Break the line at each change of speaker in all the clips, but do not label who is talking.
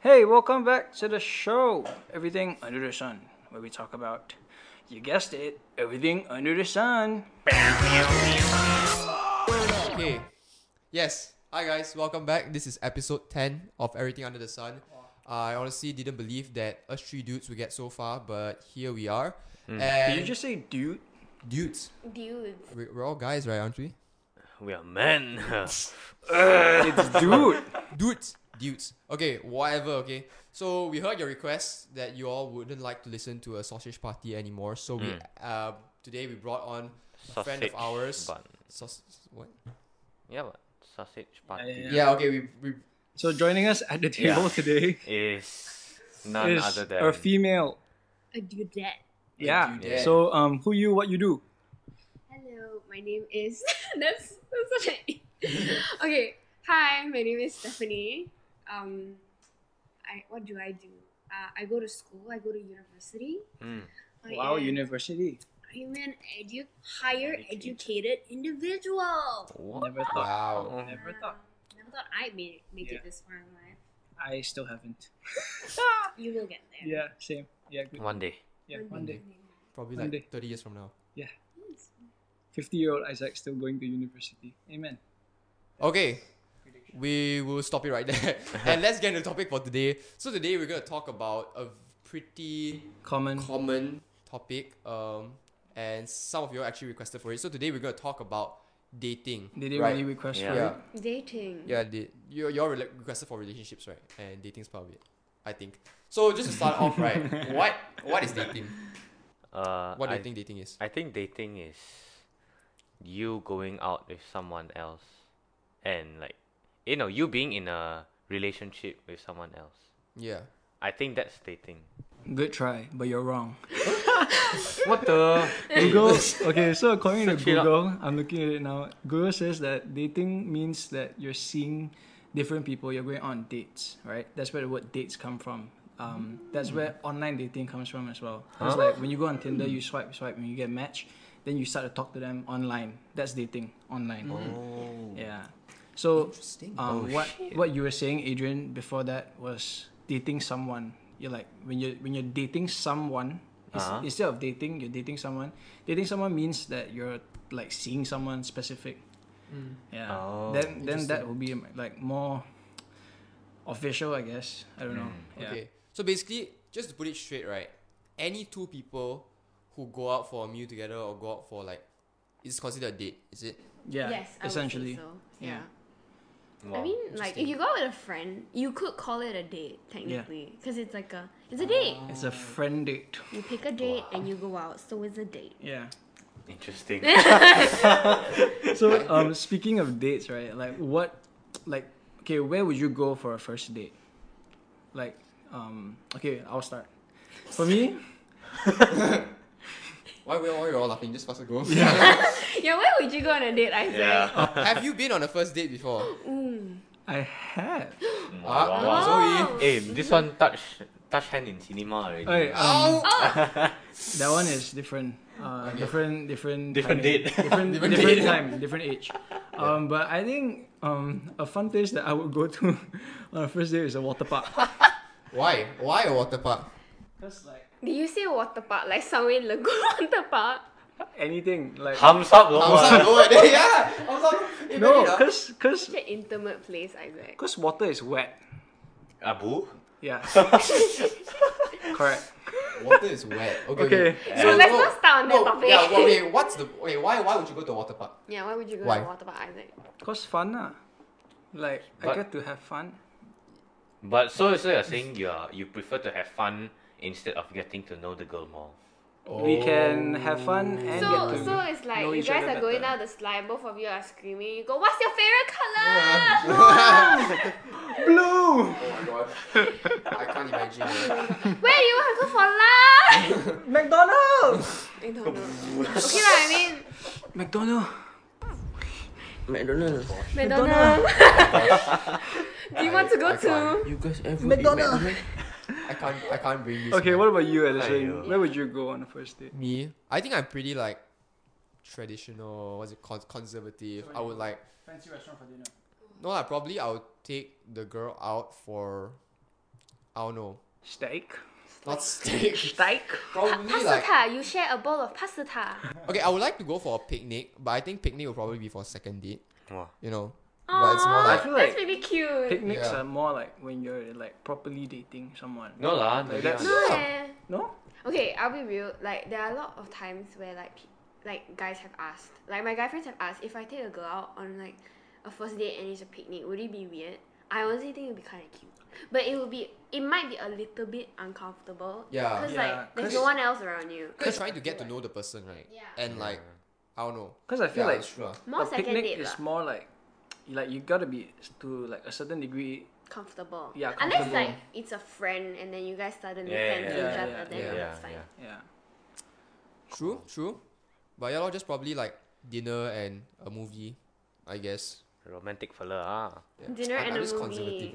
Hey, welcome back to the show, Everything Under the Sun, where we talk about, you guessed it, everything under the sun.
Okay. Yes. Hi guys, welcome back. This is episode 10 of Everything Under the Sun. I honestly didn't believe that us three dudes would get so far, but here we are.
Did
And
you just say dude?
dudes.
Dudes.
We- We're all guys, right, aren't we?
We are men.
It's dude.
Dudes. Dudes. Okay, whatever, okay. So we heard your request that you all wouldn't like to listen to a sausage party anymore. So we uh, today we brought on a friend of
Sausage
ours.
bun.
Saus- what?
yeah, but sausage party
Yeah.
Yeah, okay, we, we
so joining us at the
Yeah.
table today
is none
is
other than
a female.
A dudette.
Yeah.
dudette.
So um, who you, what you do?
Hello, my name is. that's, that's such an. okay. Hi, my name is Stephanie. Um, I what do I do? Uh, I go to school. I go to university.
Hmm.
Mm.
I
Wow,
am-
university.
I'm an edu- higher educated individual.
What?
Never thought.
Wow.
Never
Wow.
thought.
Never thought I'd make, make
Yeah.
it this far in life.
I still haven't.
You will get there.
Yeah, same. Yeah, good.
One day.
Yeah, one day.
Probably
One day.
like 30 years from now.
Yes.
50 year old Isaac still going to university. Amen.
Okay. We will stop it right there. and let's get into the topic for today. So today we're gonna talk about a pretty
Common.
common topic. Um and some of you actually requested for it. So today we're gonna talk about dating.
Did they
right?
really request
Yeah.
for
Yeah.
it?
Dating.
Yeah, they, you you're rela- requested for relationships, right? And dating's part of it, I think. So just to start off, right? What what is dating?
Uh,
What do
I,
you think dating is?
I think dating is you going out with someone else, and like, you know, you being in a relationship with someone else.
Yeah.
I think that's dating.
Good try, but you're wrong.
What the?
Google. Okay, so according to
Search it up.
Google, I'm looking at it now. Google says that dating means that you're seeing different people. You're going on dates, right? That's where the word dates come from. Um, that's where online dating comes from as well. It's like when you go on Tinder, you swipe, swipe, and you get matched. Then you start to talk to them online. That's dating online.
Oh.
Yeah. So, um, what what you were saying, Adrian, before that was dating someone. You're like when you are when you're dating someone. is-
Uh-huh.
Instead of dating, you're dating someone. Dating someone means that you're like seeing someone specific. Yeah.
Oh.
then then that would be like more official, I guess. I don't
Mm.
know. Yeah.
Okay. So basically, just to put it straight, right? Any two people who go out for a meal together or go out for like, it's considered a date, is it?
Yeah.
Yes. I
essentially.
Would say so.
Yeah.
yeah. I
Wow.
mean, like if you go out with a friend, you could call it a date technically, because it's like a it's a date.
It's a friend date.
You pick a date and you go out, so it's a date.
Yeah.
interesting.
So um, speaking of dates, right? Like what, like okay, where would you go for a first date? Like um, okay, I'll start. For me,
Why were why you all laughing? Just faster go.
Yeah, where would you go on a date? I say.
yeah.
Have you been on a first date before?
I had.
Ah,
Oh.
Hey, Eh, this one touch touch hand in cinema already.
Alright,
Oh.
um,
Zoe.
that one is different. Uh, different, different,
Different
timing.
date.
different, different,
Different date.
time, different age. Um, but I think um, a fun place that I would go to on a first date is a water park.
Why? Why a water park?
That's like
Did you say water park? Like somewhere in Lagoon water park?
anything, like
Thumbs up,
I
Loma.
was like, oh, there- yeah. I was like, eh,
no,
ready lah.
cause, cause,
Such an intimate place, Isaac.
cause water is wet.
Abu.
Yeah. Correct.
uh, Water is wet. Okay.
Okay.
So let's
no-
not start on that
no,
topic.
Yeah. Wait, wait. What's the wait? Why? Why would you go to a water park?
Yeah, why would you go
Why?
to water park, Isaac?
Cause fun lah. Like I
But-
get to have fun.
But so so you're saying you are you prefer to have fun instead of getting to know the girl more.
We can have fun and
So
get to
so it's like
know
you
each
guys
other
are going
better.
down the slide, both of you are screaming. You go, what's your favorite color?
blue.
Oh my Oh god. I can't imagine. eh.
Where do you want to go for lunch?
McDonald's.
I don't know. Okay, lah, I mean,
McDonald's.
McDonald's.
McDonald's. do you want to go
I can't.
to?
You guys ever
McDonald's.
eat McDonald's?
I can't. I can't bring this.
Okay,
man.
what about you, Alison?
Aiyo.
Where would you go on a first date?
Me, I think I'm pretty like traditional. What's it called? Conservative. I would like
Fancy restaurant for dinner.
no, like probably I would take the girl out for I don't know.
Steak.
Not steak.
Steak.
probably like
Pasata. You share a bowl of pasata.
okay. I would like to go for a picnic, but I think picnic will probably be for second date.
Wow.
You know, but it's more
Aw,
I
like
feel
That's
like
really cute.
Picnics
Yeah.
are more like when you're like properly dating someone.
No lah.
Like
maybe
that's-
I'm-
No,
Yeah.
eh.
No?
Okay, I'll be real. Like there are a lot of times where like pe- like guys have asked, like my guy friends have asked, if I take a girl out on like a first date and it's a picnic, would it be weird? I honestly think it would be kind of cute, but it would be it might be a little bit uncomfortable.
Yeah.
Because
Yeah,
like there's
'cause-
no one else around you.
Cause you're trying to get to know the person, right?
Yeah.
And like, I don't know.
Because I feel
yeah,
like
it's true. lah.
More
a
second
picnic
date
is
lah.
more like like you gotta be to like a certain degree.
comfortable.
Yeah,
Unless
comfortable.
like it's a friend and then you guys suddenly
Yeah,
fancy
yeah,
each
yeah,
other,
yeah.
then
Yeah.
it's fine.
Yeah.
Yeah.
True, true. But yeah, lor, just probably like dinner and a movie, I guess.
Romantic fella. Ah.
Yeah.
Dinner
I'm,
and
I'm
a
just conservative. you
movie.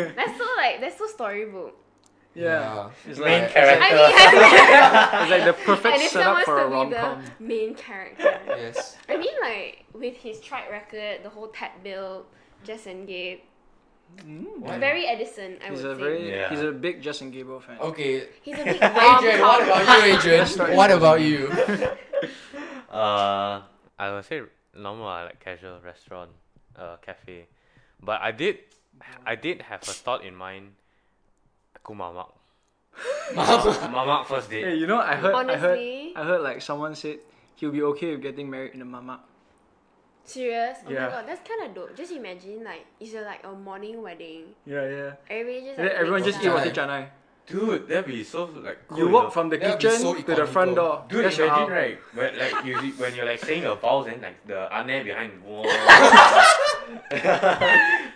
know.
That's so like that's so storybook.
Yeah. It's
Main
like
character.
I mean, I
it's like the perfect
and if someone
setup
wants
for a
to
rom
be
com.
the main character,
yes.
I mean, like with his track record, the whole Ted Bill, Jess and Gabe,
Mm.
very Edison. I
He's
would
a
say
very
Yeah.
he's a big Justin Gable fan.
Okay.
he's a big
Adrian, what
rom-com.
about you, Adrian?
That's not
what
interesting.
about you?
Uh, I would say normal ah, like casual restaurant, uh, cafe, but I did, I did have a thought in mind. Aku mamak. mamak first
Hey,
date.
you know I heard
Honestly?
I heard I heard like someone said he'll be okay with getting married in a mama.
Serious? Oh
Yeah.
my god, that's kind of dope. Just imagine like it's a, like a morning wedding.
Yeah, yeah.
Everybody just
And
like,
then everyone
wakes
just
up.
eat
Yeah.
roti canai.
Dude, that'd be so like.
You walk from the
That would be
kitchen
so
to the front
economical.
door.
Dude,
That's
imagine
how-
right when like you when you're like saying your vows and like the auntie behind you. Whoa.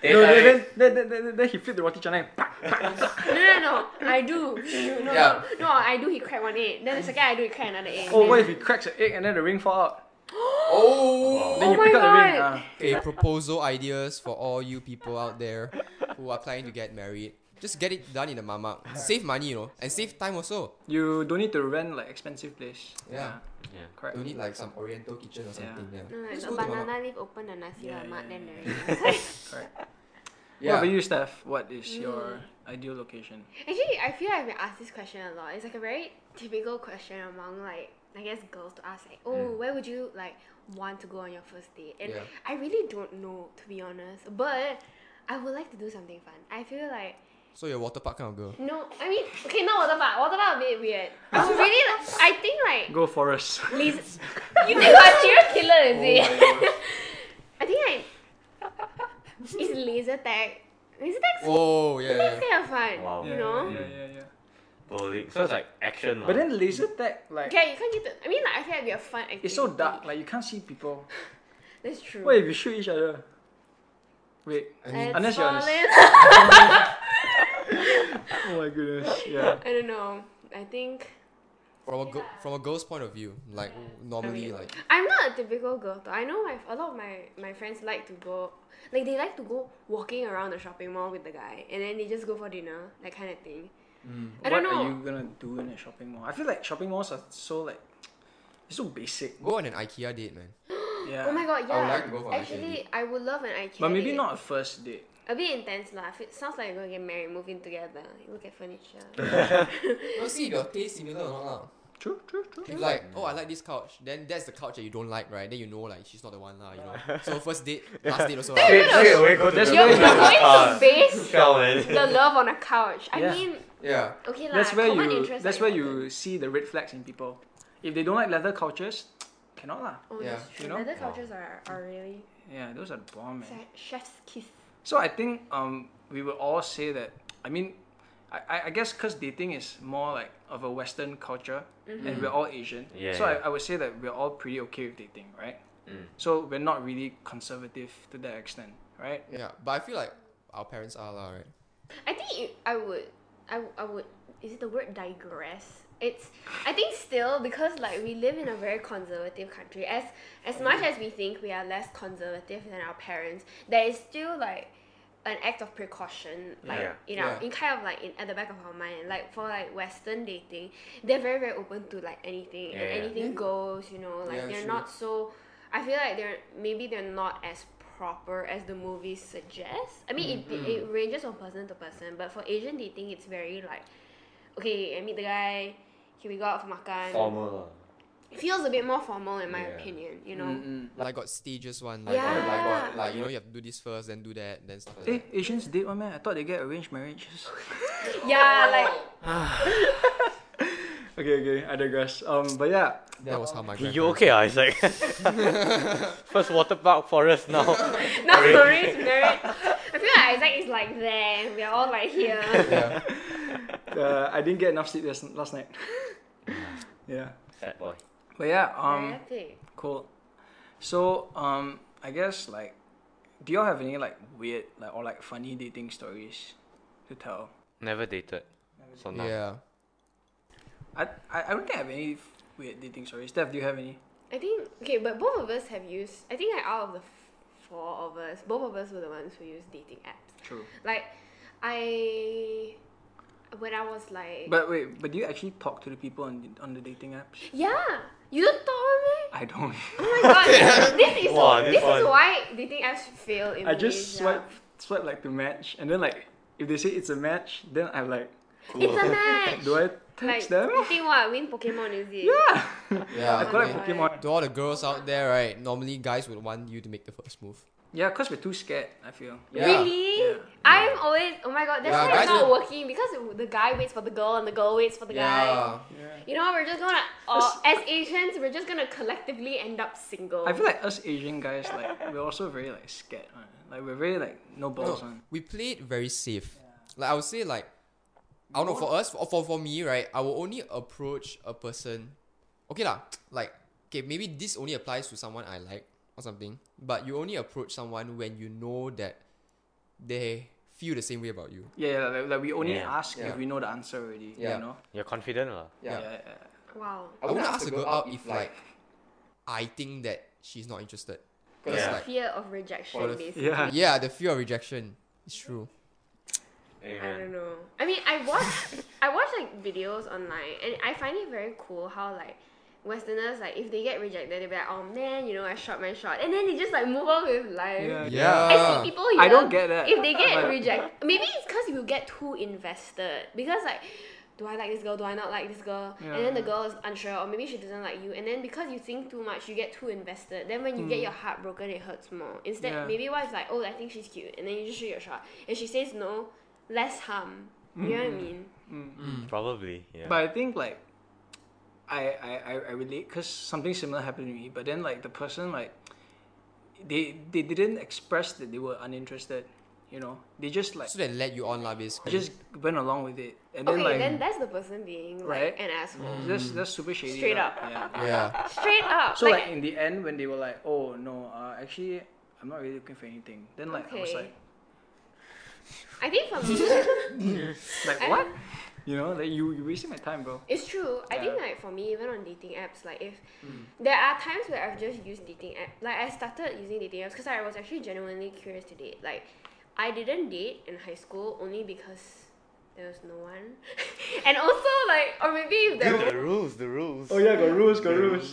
They
No,
like-
then, then, then, then, then, then he flip the roti canai. pak, pak, pak.
No, no, no. I do. No,
Yeah.
no, no. I do. He crack one egg. Then the second I do, he crack another egg.
Oh,
Then-
what if he cracks an egg and then the ring fall out?
Oh.
Then
Oh
you pick
my
up the ring.
God.
Uh,
Okay, proposal ideas for all you people out there who are planning to get married. Just get it done in a mama. Save money, you know, and save time also.
you don't need to rent like expensive place.
Yeah.
Yeah.
Correct.
You need like some oriental kitchen or something. Yeah.
No, like
Just
a
go to mamak.
banana leaf open the nasi
Yeah,
lemak,
yeah,
then
yeah,
there is.
Correct. What
Yeah.
about you, Steph? What is
Mm.
your ideal location?
Actually, I feel I've been asked this question a lot. It's like a very typical question among like I guess girls to ask like, oh, where would you like want to go on your first date? And
Yeah.
I really don't know to be honest, but I would like to do something fun. I feel like
So you're a water park kind of girl.
no, I mean okay, not water park. Water park a bit weird. I would really, like, I think like
Go forest.
Liz, you think I'm a serial killer is it? I think like it's laser tag. Laser tag's
Oh yeah. yeah.
kind of fun.
Wow.
You know.
Yeah, yeah, yeah.
Bowling. So it's like action.
But
lah.
then laser tag, like,
Yeah, you can't get the. I mean, like, I feel like it'd be a fun activity.
it's so dark. Like, you can't see people.
That's true.
What if you shoot each other? Wait.
Let's
Unless you're on
fall
a s-
in.
Oh my goodness. Yeah.
I don't know. I think
From a girl, from a girl's point of view, like normally like
I'm not a typical girl though. I know my a lot of my my friends like to go, like they like to go walking around the shopping mall with the guy, and then they just go for dinner, that kind of thing. I
Mm. what
don't know.
are you gonna do in a shopping mall? I feel like shopping malls are so like it's so basic.
go on an IKEA date, man.
Yeah.
Oh my god, yeah.
I would like to go for an
Actually, I would love an IKEA.
but maybe
date.
not a first date.
A bit intense lah. If It sounds like you're gonna get married, moving together. You look at furniture.
No, see if your taste similar or not. lah.
True, true, true.
If like, oh, I like this couch, then that's the couch that you don't like, right? Then you know like she's not the one, lah. You know. So first date, last date also. ah. lah.
Straight- straight away go to
That's
the-
you're, you're going to
Ah,
base
fell in.
the love on a couch. I
Yeah.
mean,
Yeah.
okay lah.
That's where
common
you
interests
that's
are
where you
important.
see the red flags in people. If they don't like leather couches, cannot lah.
Oh,
Yeah.
that's true.
You know?
Leather couches are, are really
Yeah, those are the bomb man.
Sorry, chef's kiss.
So I think um, we would all say that. I mean, I, I, I guess because dating is more like of a Western culture, and we're all Asian.
Yeah,
so
yeah.
I, I would say that we're all pretty okay with dating, right?
Mm.
So we're not really conservative to that extent, right?
Yeah. But I feel like our parents are lah, right?
I think it, I would, I, w- I would. Is it the word digress? It's. I think still because like we live in a very conservative country. As as much as we think we are less conservative than our parents, there is still like an act of precaution, like
Yeah.
you know,
Yeah.
in kind of like in at the back of our mind. Like for like Western dating, they're very very open to like anything and
Yeah.
anything goes. You know, like
Yeah,
they're
true.
not so. I feel like they're maybe they're not as proper as the movies suggest. I mean, it, it, it ranges from person to person, but for Asian dating, it's very like, okay, I meet the guy, can we go out for makan?
Formal.
It feels a bit more formal in my
Yeah.
opinion, you know.
Mm-mm.
Like got stages one. Like,
Yeah.
like, got-
Yeah.
like, you know, you have to do this first, then do that, then stuff like
Eh,
that.
Asians date one man. I thought they get arranged marriages.
Yeah, like
okay, okay, I digress. Um, but yeah,
That was how my grandparents.
You okay, ah, Isaac? First water park forest now.
now Maurice married. I feel like Isaac is like there. We are all like here.
Yeah.
uh, I didn't get enough sleep this, last night. yeah,
Sad boy.
but yeah,
Very
um,
epic.
cool. So, um, I guess like, do y'all have any like weird like or like funny dating stories to tell?
Never dated. So now.
Yeah.
I I, I don't think I have any f- weird dating stories. Steph, do you have any?
I think okay, but both of us have used. I think like out of the f- four of us, both of us were the ones who used dating apps.
True.
Like, I when I was like,
But wait, but do you actually talk to the people on the, on the dating apps?
yeah, you don't talk one
I don't.
meh? Oh my god, this is
Wow,
this,
this
is
one.
why dating apps fail in
I just
Malaysia.
swipe swipe like to match, and then like if they say it's a match, then I'm like,
It's a match.
do I
like,
text them?
you think what win Pokemon is it?
Yeah.
Yeah.
I collect
okay.
Pokemon.
To all the girls out there, right? Normally, guys would want you to make the first move.
Yeah, cause we're too scared. I feel.
Yeah.
Really?
Yeah.
I'm always oh my god, that's
Yeah,
why it's
guys
not
will-
working because the guy waits for the girl and the girl waits for the guy. You know, we're just gonna uh, as Asians, we're just gonna collectively end up single.
I feel like us Asian guys, like we're also very like scared. Right? Like we're very like no balls
No,
on.
we played very safe. Like I would say, like I don't know for us, for, for for me, right? I will only approach a person. Okay lah, like okay, maybe this only applies to someone I like or something. But you only approach someone when you know that they feel the same way about you.
Yeah, yeah like, like we only
Yeah.
ask
Yeah.
if we know the answer already.
Yeah.
You know.
You're confident, lah.
Yeah.
yeah.
wow.
I wouldn't ask a girl out if like I think that she's not interested. 'Cause,
Yeah.
like,
Fear of rejection
What if-
basically.
yeah.
yeah, the fear of rejection is true.
I
Amen.
don't know. I mean I watch I watch like videos online and I find it very cool how like Westerners like if they get rejected they'll be like, Oh man, you know, I shot my shot and then they just like move on with life.
Yeah.
I
Yeah.
see people. Here,
Uh, I don't get that.
If they get
Like-
rejected, maybe it's because you get too invested. Because like, do I like this girl? Do I not like this girl? And then the
Yeah.
girl is unsure, or maybe she doesn't like you. And then because you think too much, you get too invested. Then when you get your heart broken, it hurts more. Instead,
Hmm. Yeah.
maybe what if like, oh, I think she's cute, and then you just shoot your shot. If she says no, less harm. You
Hmm.
know what I mean?
Probably. Yeah.
But I think like I I, I, I relate because something similar happened to me. But then like the person like they they didn't express that they were uninterested. You know, they just like
So they let you on lah basically.
just went along with it, and then
Okay,
like
then that's the person being like
Right?
an asshole.
that's that's super shady.
Straight
lah.
up.
Yeah.
yeah.
Straight up.
So
like,
like in the end, when they were like, "Oh no, uh, actually, I'm not really looking for anything," then like I was
Okay.
like,
I think for me.
"Like
I-
what?" You know, like you you wasting my time, bro.
It's true. I think
Yeah. Hmm.
like for me, even on dating apps, like if there are times where I've just used dating app. Like I started using dating apps because I was actually genuinely curious to date. Like I didn't date in high school only because there was no one, and also like or maybe if there was.
the rules, the Oh, rules.
Oh, yeah, got rules, got rules.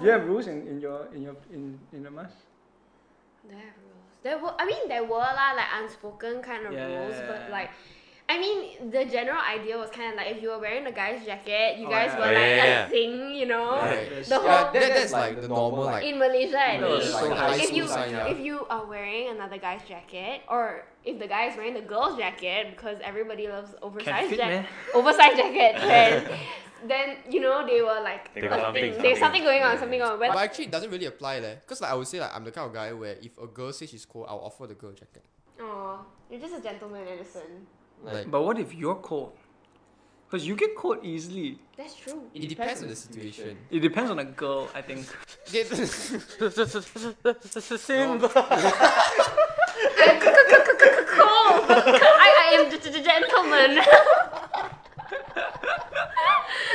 You have rules in, in your in your in in your mask.
There are rules. There were. I mean, there were lah, like unspoken kind of
Yeah, yeah,
rules,
yeah,
but
yeah.
like. I mean, the general idea was kind of like if you were wearing a guy's jacket, you
Oh,
guys
yeah.
were
Oh,
like
yeah,
a
yeah.
thing, you know.
Right.
There's-
Oh,
Yeah,
The whole
that, that's like the normal like
in Malaysia at
No,
least.
it's so
Like,
high
if
school
you
sign,
yeah.
if you are wearing another guy's jacket or if the guy is wearing the girl's jacket because everybody loves
Can
oversized
fit,
jacket
man.
oversized jacket trend, then you know they were like a
They got something,
thing. there's something
something.
going on, something going on.
But
But
actually, it doesn't really apply there. Because like I would say, like I'm the kind of guy where if a girl says she's cold, I'll offer the girl a jacket.
oh, you're just a gentleman, Edison.
Like
But what if you're cold? Because you get cold easily.
That's true.
it depends on the situation.
It depends on the girl, I think.
Cool. but I, I am just a gentleman.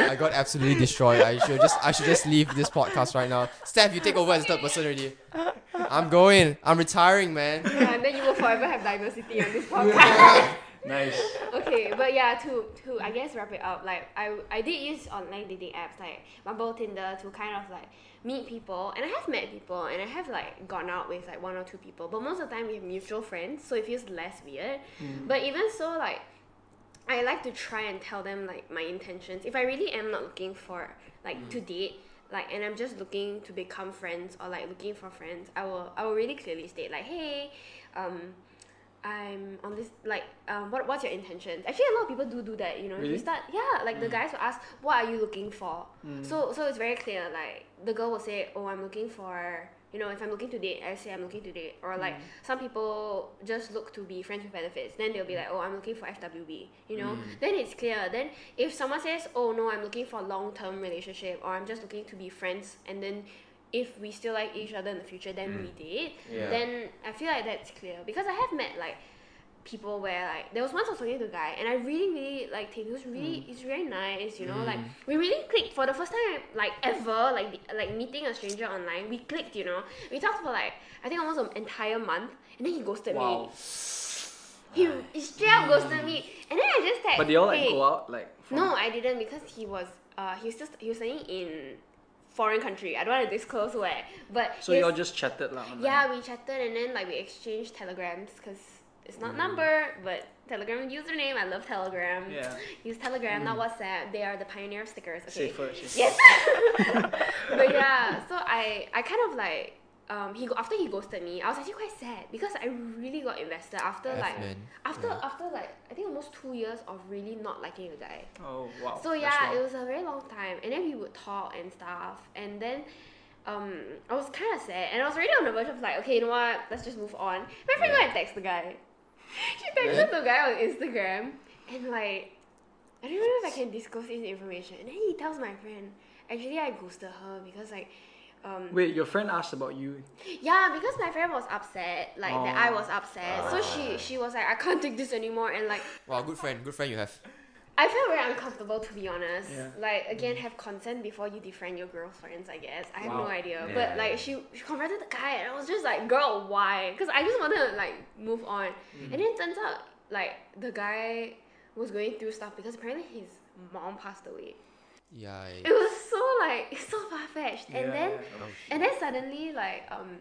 I got absolutely destroyed. I should just I should just leave this podcast right now. Steph, you take over as third person already. I'm going. I'm retiring, man.
and then you will forever have diversity on this podcast.
Nice.
okay, but yeah, to to I guess wrap it up. Like I I did use online dating apps like Bumble, Tinder to kind of like meet people, and I have met people, and I have like gone out with like one or two people, but most of the time we have mutual friends, so it feels less weird. But even so, like I like to try and tell them like my intentions. If I really am not looking for like to date, like and I'm just looking to become friends or like looking for friends, I will I will really clearly state like, hey, um, I'm on this like um what what's your intentions? Actually a lot of people do do that, you know. If
Really?
you start yeah, like the guys will ask, What are you looking for? So so it's very clear, like the girl will say, Oh, I'm looking for you know, if I'm looking to date, I say I'm looking to date. Or like some people just look to be friends with benefits. Then they'll be like, oh, I'm looking for FWB. You know, then it's clear. Then if someone says, oh no, I'm looking for long term relationship, or I'm just looking to be friends, and then if we still like each other in the future, then
Mm.
we date.
Yeah.
Then I feel like that's clear because I have met like people where like there was once I was talking to a guy and I really really liked him. He was
Mm.
really he's very nice, you know. Like we really clicked for the first time like ever. Like the- like meeting a stranger online, we clicked. You know, we talked for like I think almost an entire month, and then he ghosted
Wow. Mm.
me. He, he straight up ghosted me, and then I just like.
But they all like
hey.
go out like. for-
No, I didn't because he was uh he was just he was staying in foreign country. I don't want to disclose where, but
So
he
you all
was-
just chatted like online.
yeah, we chatted and then like we exchanged telegrams because it's not number but telegram username. I love telegram.
Yeah.
Use telegram, not WhatsApp. They are the pioneer of stickers. Okay.
Safer. safer.
Yes. but yeah, so I I kind of like um he go- after he ghosted me, I was actually quite sad because I really got invested after
F,
like
man.
after after like I think almost two years of really not liking a guy.
Oh wow.
So
that's
yeah,
long.
it was a very long time, and then we would talk and stuff, and then. Um, I was kind of sad, and I was already on the verge of like, okay, you know what? Let's just move on. My friend went and texted the guy. She texted the guy on Instagram, and like, I don't know if I can disclose this information. And then he tells my friend, actually, I ghosted her because like, um,
Wait, your friend asked about you.
yeah, because my friend was upset, like that I
Oh. Ah.
was upset. So she she was like, I can't take this anymore, and like,
Wow, good friend, good friend you have.
I felt very uncomfortable to be honest.
Yeah. Mm.
Like again, have consent before you defriend your girlfriends. I guess I have no
Wow.
idea,
Yeah.
but like she, she confronted the guy, and I was just like, girl, why? Because I just wanted to like move on,
Mm.
and then turns out like the guy was going through stuff because apparently his mom passed away.
Yeah. I-
It was so like it's so far fetched, and
Yeah,
then
yeah.
and then suddenly, like, um,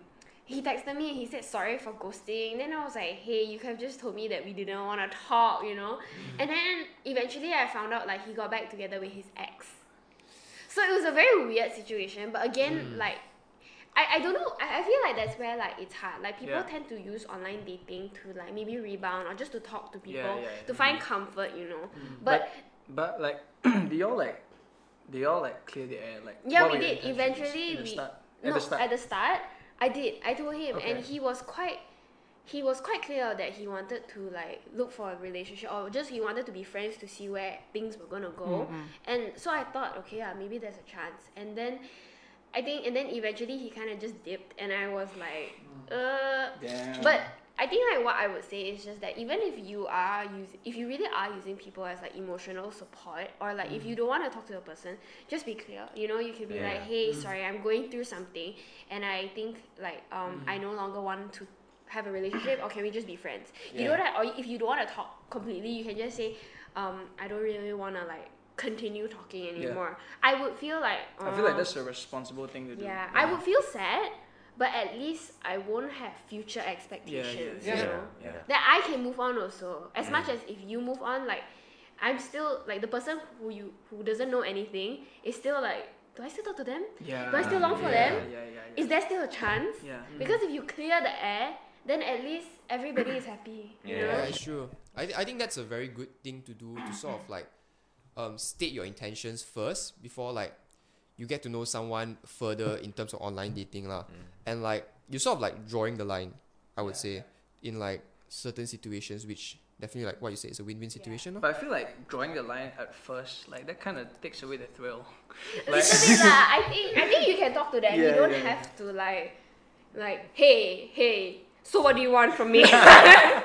he texted me and he said sorry for ghosting. Then I was like, hey, you could have just told me that we didn't want to talk, you know?
Mm.
And then eventually I found out, like, he got back together with his ex. So it was a very weird situation. But again,
Mm.
like, I, I don't know. I, I feel like that's where like it's hard. Like people
Yeah.
tend to use online dating to like maybe rebound or just to talk to people
Yeah, yeah, yeah. Mm.
to find comfort, you know. But
But like, they all like, they all like clear the air. Like
Yeah,
what
we
were your
did.
intentions
Eventually,
at the
we
start?
no
at the start.
I did. I told him, and
Okay.
he was quite. He was quite clear that he wanted to like look for a relationship, or just he wanted to be friends to see where things were gonna go.
Mm-hmm.
And so I thought, okay, yeah, maybe there's a chance. And then, I think, and then eventually he kind of just dipped, and I was like,
Mm.
uh.
Damn.
But I think like what I would say is just that even if you are use if you really are using people as like emotional support or like if you
Mm.
don't want to talk to a person, just be clear. You know, you can be like,
Yeah.
hey,
Mm.
sorry, I'm going through something, and I think like um
Mm.
I no longer want to have a relationship, or can we just be friends? You know
Yeah.
that, or if you don't want to talk completely, you can just say, um, I don't really want to like continue talking anymore. I would feel like
I feel like
um,
that's a responsible thing to do.
yeah, I would feel sad, but at least I won't have future
Yeah, yeah,
expectations.
yeah.
You
Yeah.
know?
yeah.
That I can move on also. As much as if you move on, like I'm still like the person who you who doesn't know anything is still like, do I still talk to them?
Yeah.
Do I still long for
yeah,
them?
Yeah, yeah, yeah.
Is there still a chance?
yeah.
Because if you clear the air, then at least everybody is happy. You
Yeah.
know?
Yeah, sure. I, th- I think that's a very good thing to do to sort of like um, state your intentions first before like you get to know someone further in terms of online dating lah. And like you're sort of like drawing the line, I would say, in like certain situations which definitely like what you say is a win-win situation. lah.
Mm-hmm. But I feel like drawing the line at first, like that kind of takes away the thrill. Like,
That's the thing lah. I think I think you can talk to them. you
Yeah,
don't
yeah,
have to like, like, hey, hey. So what do you want from me? You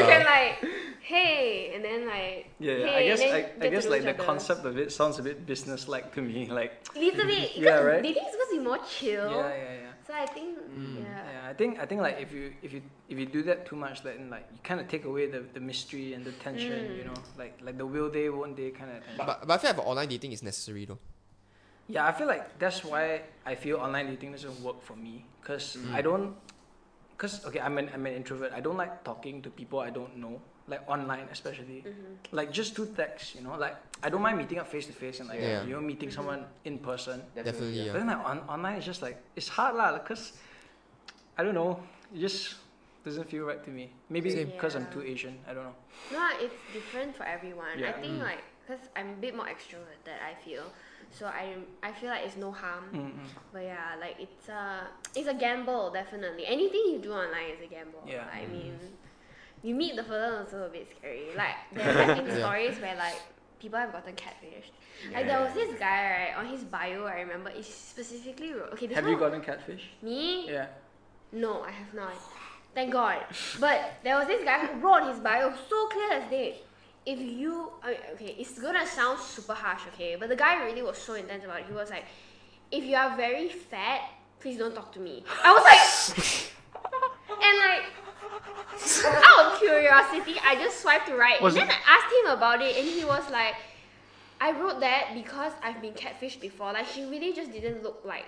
Yeah.
can like, hey, and then like,
yeah, yeah.
hey,
I guess
and then
I,
get
I
to
guess
know
like
each
the
other.
concept of it sounds a bit business-like to me. Like,
Little bit.
Yeah,
because
right?
Dating is supposed to be more chill.
yeah, Mm. yeah, yeah.
So I think, yeah.
Yeah, I I think I think like if you if you if you do that too much, then like you kind of take away the, the mystery and the tension. You know, like like the will they won't they kind of attention.
But, but I feel like for online dating is necessary though.
Yeah, I feel like that's why I feel online dating doesn't work for me because I don't. Because okay, I'm an I'm an introvert. I don't like talking to people I don't know, like online especially.
Mm-hmm.
Like just through text, you know. Like I don't mind meeting up face to face and like
Yeah.
you know meeting someone in person.
Definitely, yeah.
But then like on, online, it's just like it's hard lah. Cause I don't know, it just doesn't feel right to me. Maybe
Same.
because I'm
Yeah.
too Asian. I don't know.
No, it's different for everyone. I
Yeah. Mm.
think like because I'm a bit more extroverted, I feel. So I I feel like it's no harm. But yeah, like it's a it's a gamble definitely. Anything you do online is a gamble.
Yeah.
I mean, you meet the person also a bit scary. Like there have been
Yeah.
stories where like people have gotten catfished. Like there was this guy right on his bio. I remember it specifically wrote. Okay, this
Have
one,
you gotten catfish?
me?
Yeah.
No, I have not. Thank God. But there was this guy who wrote on his bio so clear as day. If you I- okay, it's gonna sound super harsh, okay? But the guy really was so intense about it. He was like, "If you are very fat, please don't talk to me." I was like, and like. Out of curiosity, I just swiped to right,
Was
and then
it-
I asked him about it, and he was like, "I wrote that because I've been catfished before. Like she really just didn't look like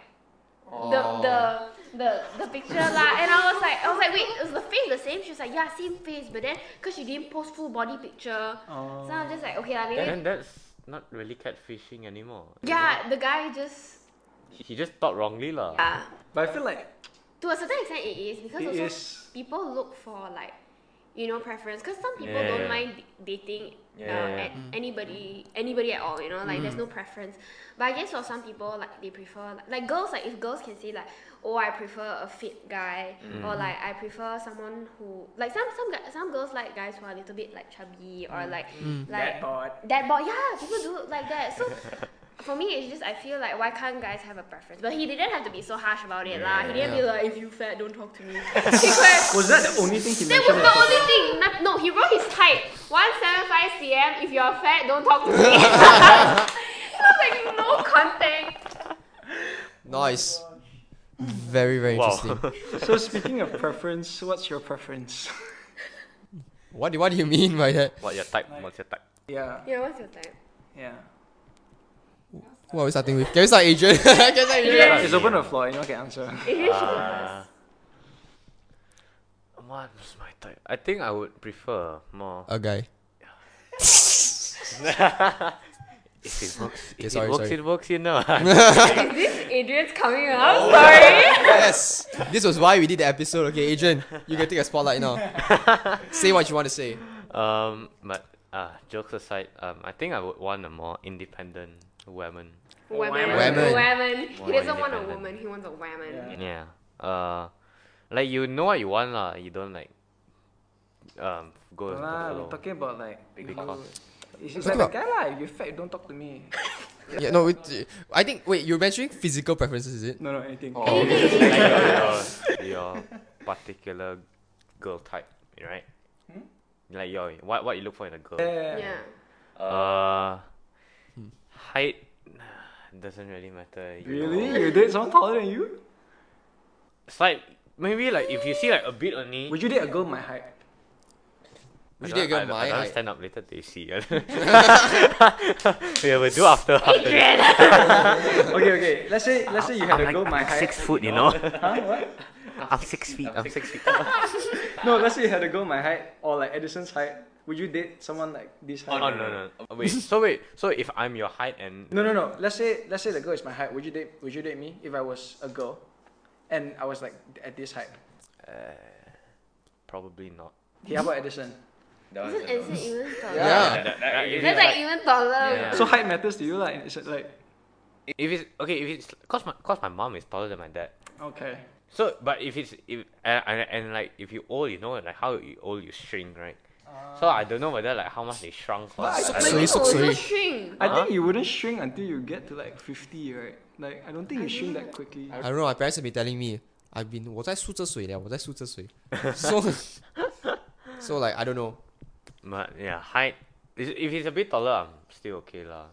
the
Oh.
the the, the picture lah. And I was like, I was like, wait, is the face the same? She was like, yeah, same face, but then because she didn't post full body picture, so
Oh.
I'm just like, okay, lah, maybe.
Then that's not really catfishing anymore. isn't it?
yeah, the guy just
He just thought wrongly lah.
yeah.
But I feel like
To a certain extent, it is because
It
also
is.
people look for like you know preference because some people
Yeah,
don't
yeah.
mind d- dating. uh,
Yeah, yeah, Mm.
at anybody anybody at all you know like there's no preference but i guess for some people like they prefer like, like girls like if girls can say like oh i prefer a fit guy or
Mm.
like i prefer someone who like some some gu- some girls like guys who are a little bit like chubby
Mm.
or like like
that part.
that boy, yeah, people do like that. So for me, it's just I feel like why can't guys have a preference? But he didn't have to be so harsh about it, lah. He didn't be like, if you fat, don't talk to me. He could have-
Was that the only thing he
that
mentioned?
was the only thing. Not, no, he wrote his type: one seven five cm. If you're fat, don't talk to me. I was like, no contact.
Nice. Very, very interesting.
wow.
so speaking of preference, what's your preference?
what, do, what do you mean by that?
what your type?
Like-
What's your type?
yeah,
Yeah, what's your type?
yeah.
What are we starting with? Can we start Adrian? Can we start Adrian?
It's open to the floor. Anyone can answer.
Adrian should go first.
Uh, what was my type? I think I would prefer more.
A guy.
if it works, if
sorry,
it works,
sorry.
it works. You know.
Is this Adrian's coming up? Sorry.
Yes. This was why we did the episode. Okay, Adrian, you can take a spotlight now. say what you want to say.
um, but uh, jokes aside, um, I think I would want a more independent woman.
Women.
Women.
Women. He
More
doesn't want a
independent.
woman. He wants a woman.
Yeah.
Yeah. Uh, like you know what you want lah. You don't like. Um, go with the
Nah,
flow.
we're talking about like. you-
Because-
It's just like that guy lah. If you're fat, don't talk to me.
Yeah, no, it, I think, wait, you're mentioning physical preferences, is it?
No, no, anything.
like your, your particular girl type, right?
Hmm?
Like your what what you look for in a girl.
Yeah.
Yeah.
Uh, height doesn't really matter. you know.
Really? You date someone taller than you?
It's like maybe like if you see like a bit only.
Would you date a girl my height?
Would you date a girl
I, don't- I
my
don't
height?
stand up later they see. yeah, we'll do after. after this.
Okay, okay. Let's say let's say you had a girl my height.
six foot, you know.
Huh? What?
I'm six feet. I'm six feet.
No, let's say you had a girl my height or like Edison's height. Would you date someone like this height?
Oh no no. no. Wait. So wait. So if I'm your height and
No, no, no. Let's say let's say the girl is my height. Would you date Would you date me if I was a girl, and I was like at this height?
uh, probably not.
Okay, how about Edison?
Isn't, isn't even taller?
Yeah.
That's like even taller.
Yeah.
So height matters to you, like it's like
If it's okay, if it's cause my cause my mom is taller than my dad.
okay.
So, but if it's if and, and, and like if you old, you know like how you old you shrink, right? so I don't know whether like how much they shrunk. Or, like, I
But
don't
So
you
you suck, so
also
you-
shrink.
I think you wouldn't shrink until you get to like fifty, right? Like I don't think you shrink that quickly.
I don't know, my parents have been telling me, I've been, 我在宿舍水了,我在宿舍水. So, so like, I don't know.
But yeah, height. is- If he's a bit taller, I'm still okay lah.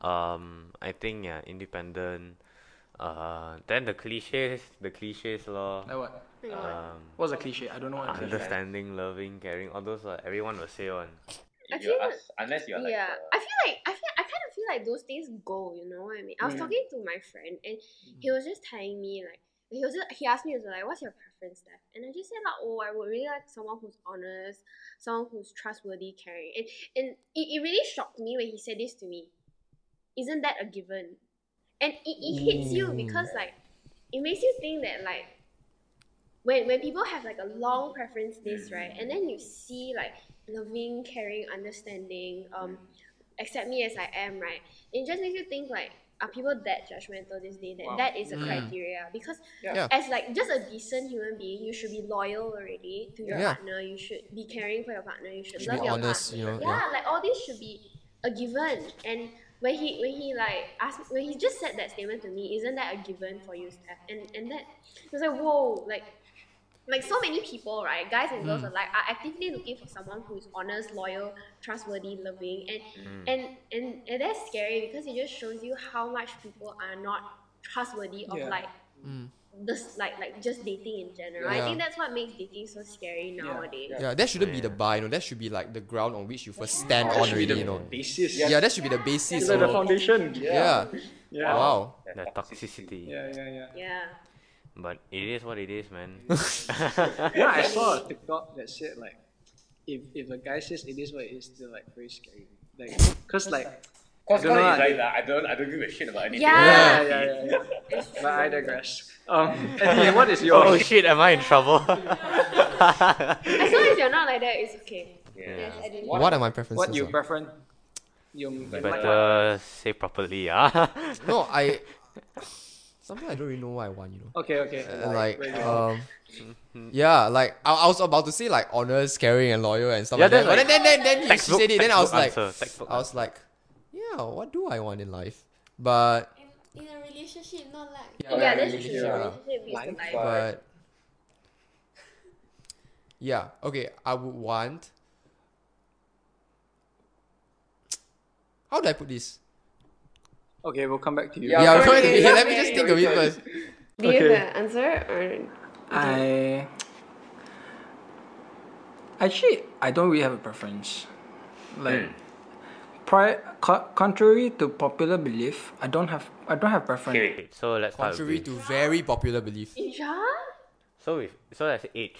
Um, I think yeah, independent. Uh, then the cliches, the cliches lor.
Like what?
my god.
Um,
What's a cliche? I don't know what a cliche. is.
understanding, loving, caring, all those uh, everyone will say one.
I
If you
feel-
ask, unless you're like,
yeah,
uh,
I feel like I feel I kind of feel like those things go. You know what I mean? I was
Mm.
talking to my friend and
Mm.
he was just telling me like he was just, he asked me he was like, "What's your preference, Steph?" And I just said like, "Oh, I would really like someone who's honest, someone who's trustworthy, caring." And and it, it really shocked me when he said this to me. Isn't that a given? And it, it hits you because like it makes you think that like when when people have like a long preference list, right? And then you see like loving, caring, understanding, um, accept me as I am, right? It just makes you think like, are people that judgmental this day? That
Wow.
that is a
Mm.
criteria because
Yeah.
Yeah.
as like just a decent human being, you should be loyal already to your
Yeah.
partner. You should be caring for your partner. You should,
Should
love
be
your
honest,
partner.
you know.
Yeah, like all this should be a given. And when he when he like asked when he just said that statement to me, isn't that a given for you, Steph? And and that it was like whoa, like like so many people, right? Guys and girls
Mm.
alike are actively looking for someone who is honest, loyal, trustworthy, loving, and
Mm.
and, and and that's scary because it just shows you how much people are not trustworthy of
Yeah.
like
Mm.
this like like just dating in general. I
Yeah.
think that's what makes dating so scary nowadays.
Yeah. that shouldn't be the
Yeah.
bar, you know. That should be like the ground on which you first stand
That
on
should be
already,
the
you know.
Basis.
Yeah, that should be the basis.
It's
you
like the
know.
foundation.
Yeah.
Yeah.
Wow.
The toxicity.
Yeah, yeah, yeah.
Yeah.
But it is what it is, man.
Yeah, I saw a TikTok that said like, if if a guy says it is what it is, still like very scary. Like, cause like,
Cause
I don't know,
it's
I-
like that. I don't, I don't give a shit about anything.
Yeah.
yeah, yeah, yeah. yeah.
It's
But I
true.
digress. Um, Anthony, what is
oh
yours?
shit, am I in trouble?
As long as you're not like that, it's okay.
yeah.
I didn't-
What are my preferences?
What you
are?
prefer? You like what?
Better uh, say properly, ah.
no, I. Something I don't really know what I want, you know.
Okay, okay.
Uh, like,
wait, wait.
um, yeah, like I, I was about to say like honest, caring, and loyal and stuff
Yeah,
like that.
that's
But
like-
then then then, then she
Textbook-
said it. Then I was
textbook
like,
answer, textbook
I was like, yeah, what do I want in life? But
In, in a relationship, not like
Yeah,
yeah,
like
that's
a
true.
relationship, yeah.
Relationship is the
Life.
life.
but yeah, okay, I would want. How do I put this?
Okay, we'll come back to you.
Yeah,
Yeah,
sorry,
wait,
yeah,
let me
yeah,
just
yeah,
think of it
yeah.
first.
Do you
Okay.
have an answer or
I actually I don't really have a preference. Like pri- co- contrary to popular belief, I don't have I don't have preference.
Okay, so let's start
Contrary
with
to very popular belief,
yeah?
So if so that's age.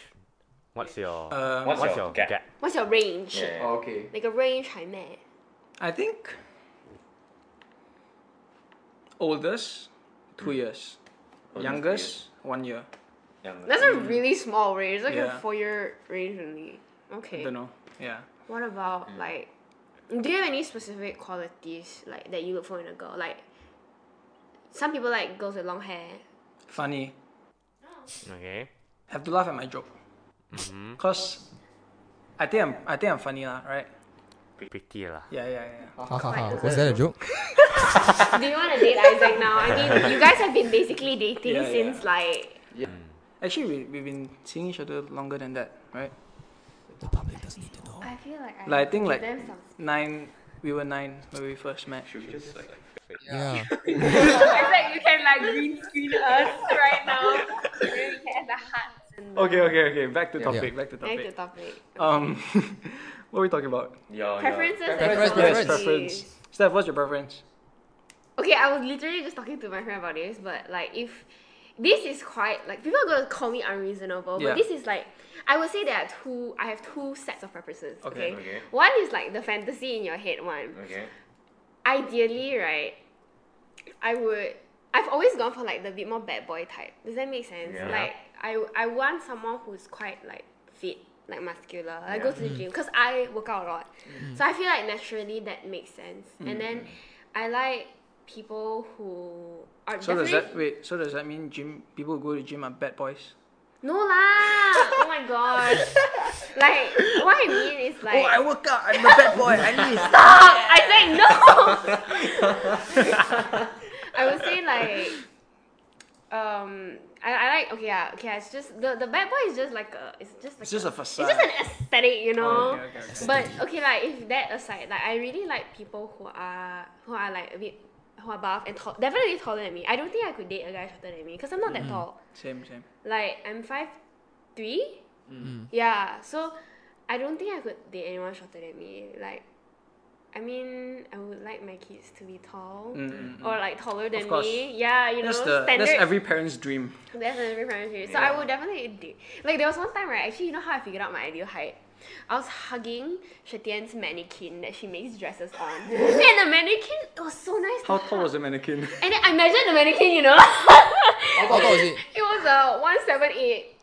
What's your
Um,
what's, your gap?
What's your range?
Yeah.
Oh, okay.
Like a range I met.
I think oldest two years, youngest one year.
That's a really small range. It's like
Mm. Yeah.
a four year range only.
I
Okay.
don't know. Yeah.
What about like do you have any specific qualities like that you look for in a girl? Like some people like girls with long hair.
Funny.
Okay.
Have to laugh at my joke. Cause I think I'm I think I'm funny lah, right?
Pretty lah.
Yeah, yeah, yeah.
Ha, ha, ha. Was that a joke?
do you wanna date Isaac now? I mean you guys have been basically dating
Yeah, yeah.
since like
Actually we we've been seeing each other longer than that, right?
The public doesn't need to know.
I feel like I,
Like, I think,
give
like-
them some
Nine we were nine when we first met.
Yeah.
Isaac, you can like green screen us right now. Then we can have the hearts and the
Okay, okay, okay. Back to
Yeah.
topic. Back to
back to
topic.
topic.
Um, what are we talking about?
Your,
Preferences and
Preference,
qualities.
preference.
Steph, what's your preference?
Okay, I was literally just talking to my friend about this, but like if this is quite like people are gonna call me unreasonable,
Yeah.
but this is like I would say there are two I have two sets of preferences.
Okay.
Okay.
Okay.
One is like the fantasy in your head one.
Okay.
Ideally, right, I would I've always gone for like the bit more bad boy type. Does that make sense?
Yeah.
Like I I want someone who's quite like fit, like muscular. I go
Yeah.
to the gym because I work out a lot.
Mm.
So I feel like naturally that makes sense. And then I like people who are
So does
definitely
that wait? So does that mean gym people who go to gym are bad boys?
no lah. oh my god. like what I mean is like
Oh, work out. I'm a bad boy. I need.
Stop! I said no. I would say like, um, I, I like okay yeah okay yeah, it's just the the bad boy is just like a it's just like
It's just a facade. Oh,
it's just an aesthetic you know.
Okay, okay, okay.
But okay like if that aside like I really like people who are who are like a bit who are buff and tall
Mm-hmm.
definitely taller than me. I don't think I could date a guy shorter than me because I'm not that tall.
Same, same.
Like I'm five three. Yeah, so I don't think I could date anyone shorter than me. Like, I mean, I would like my kids to be tall
Mm,
or like taller than
course.
me. Yeah, you
That's
know,
the
standard.
that's every parent's dream.
That's another primary period. So I would definitely date. Like there was one time, right? Actually, you know how I figured out my ideal height? I was hugging Shetian's mannequin that she makes dresses on, and the mannequin it was so nice. to
How tall
hug.
was the mannequin?
And then I measured the mannequin, you know.
How tall was it?
It was a one seven eight.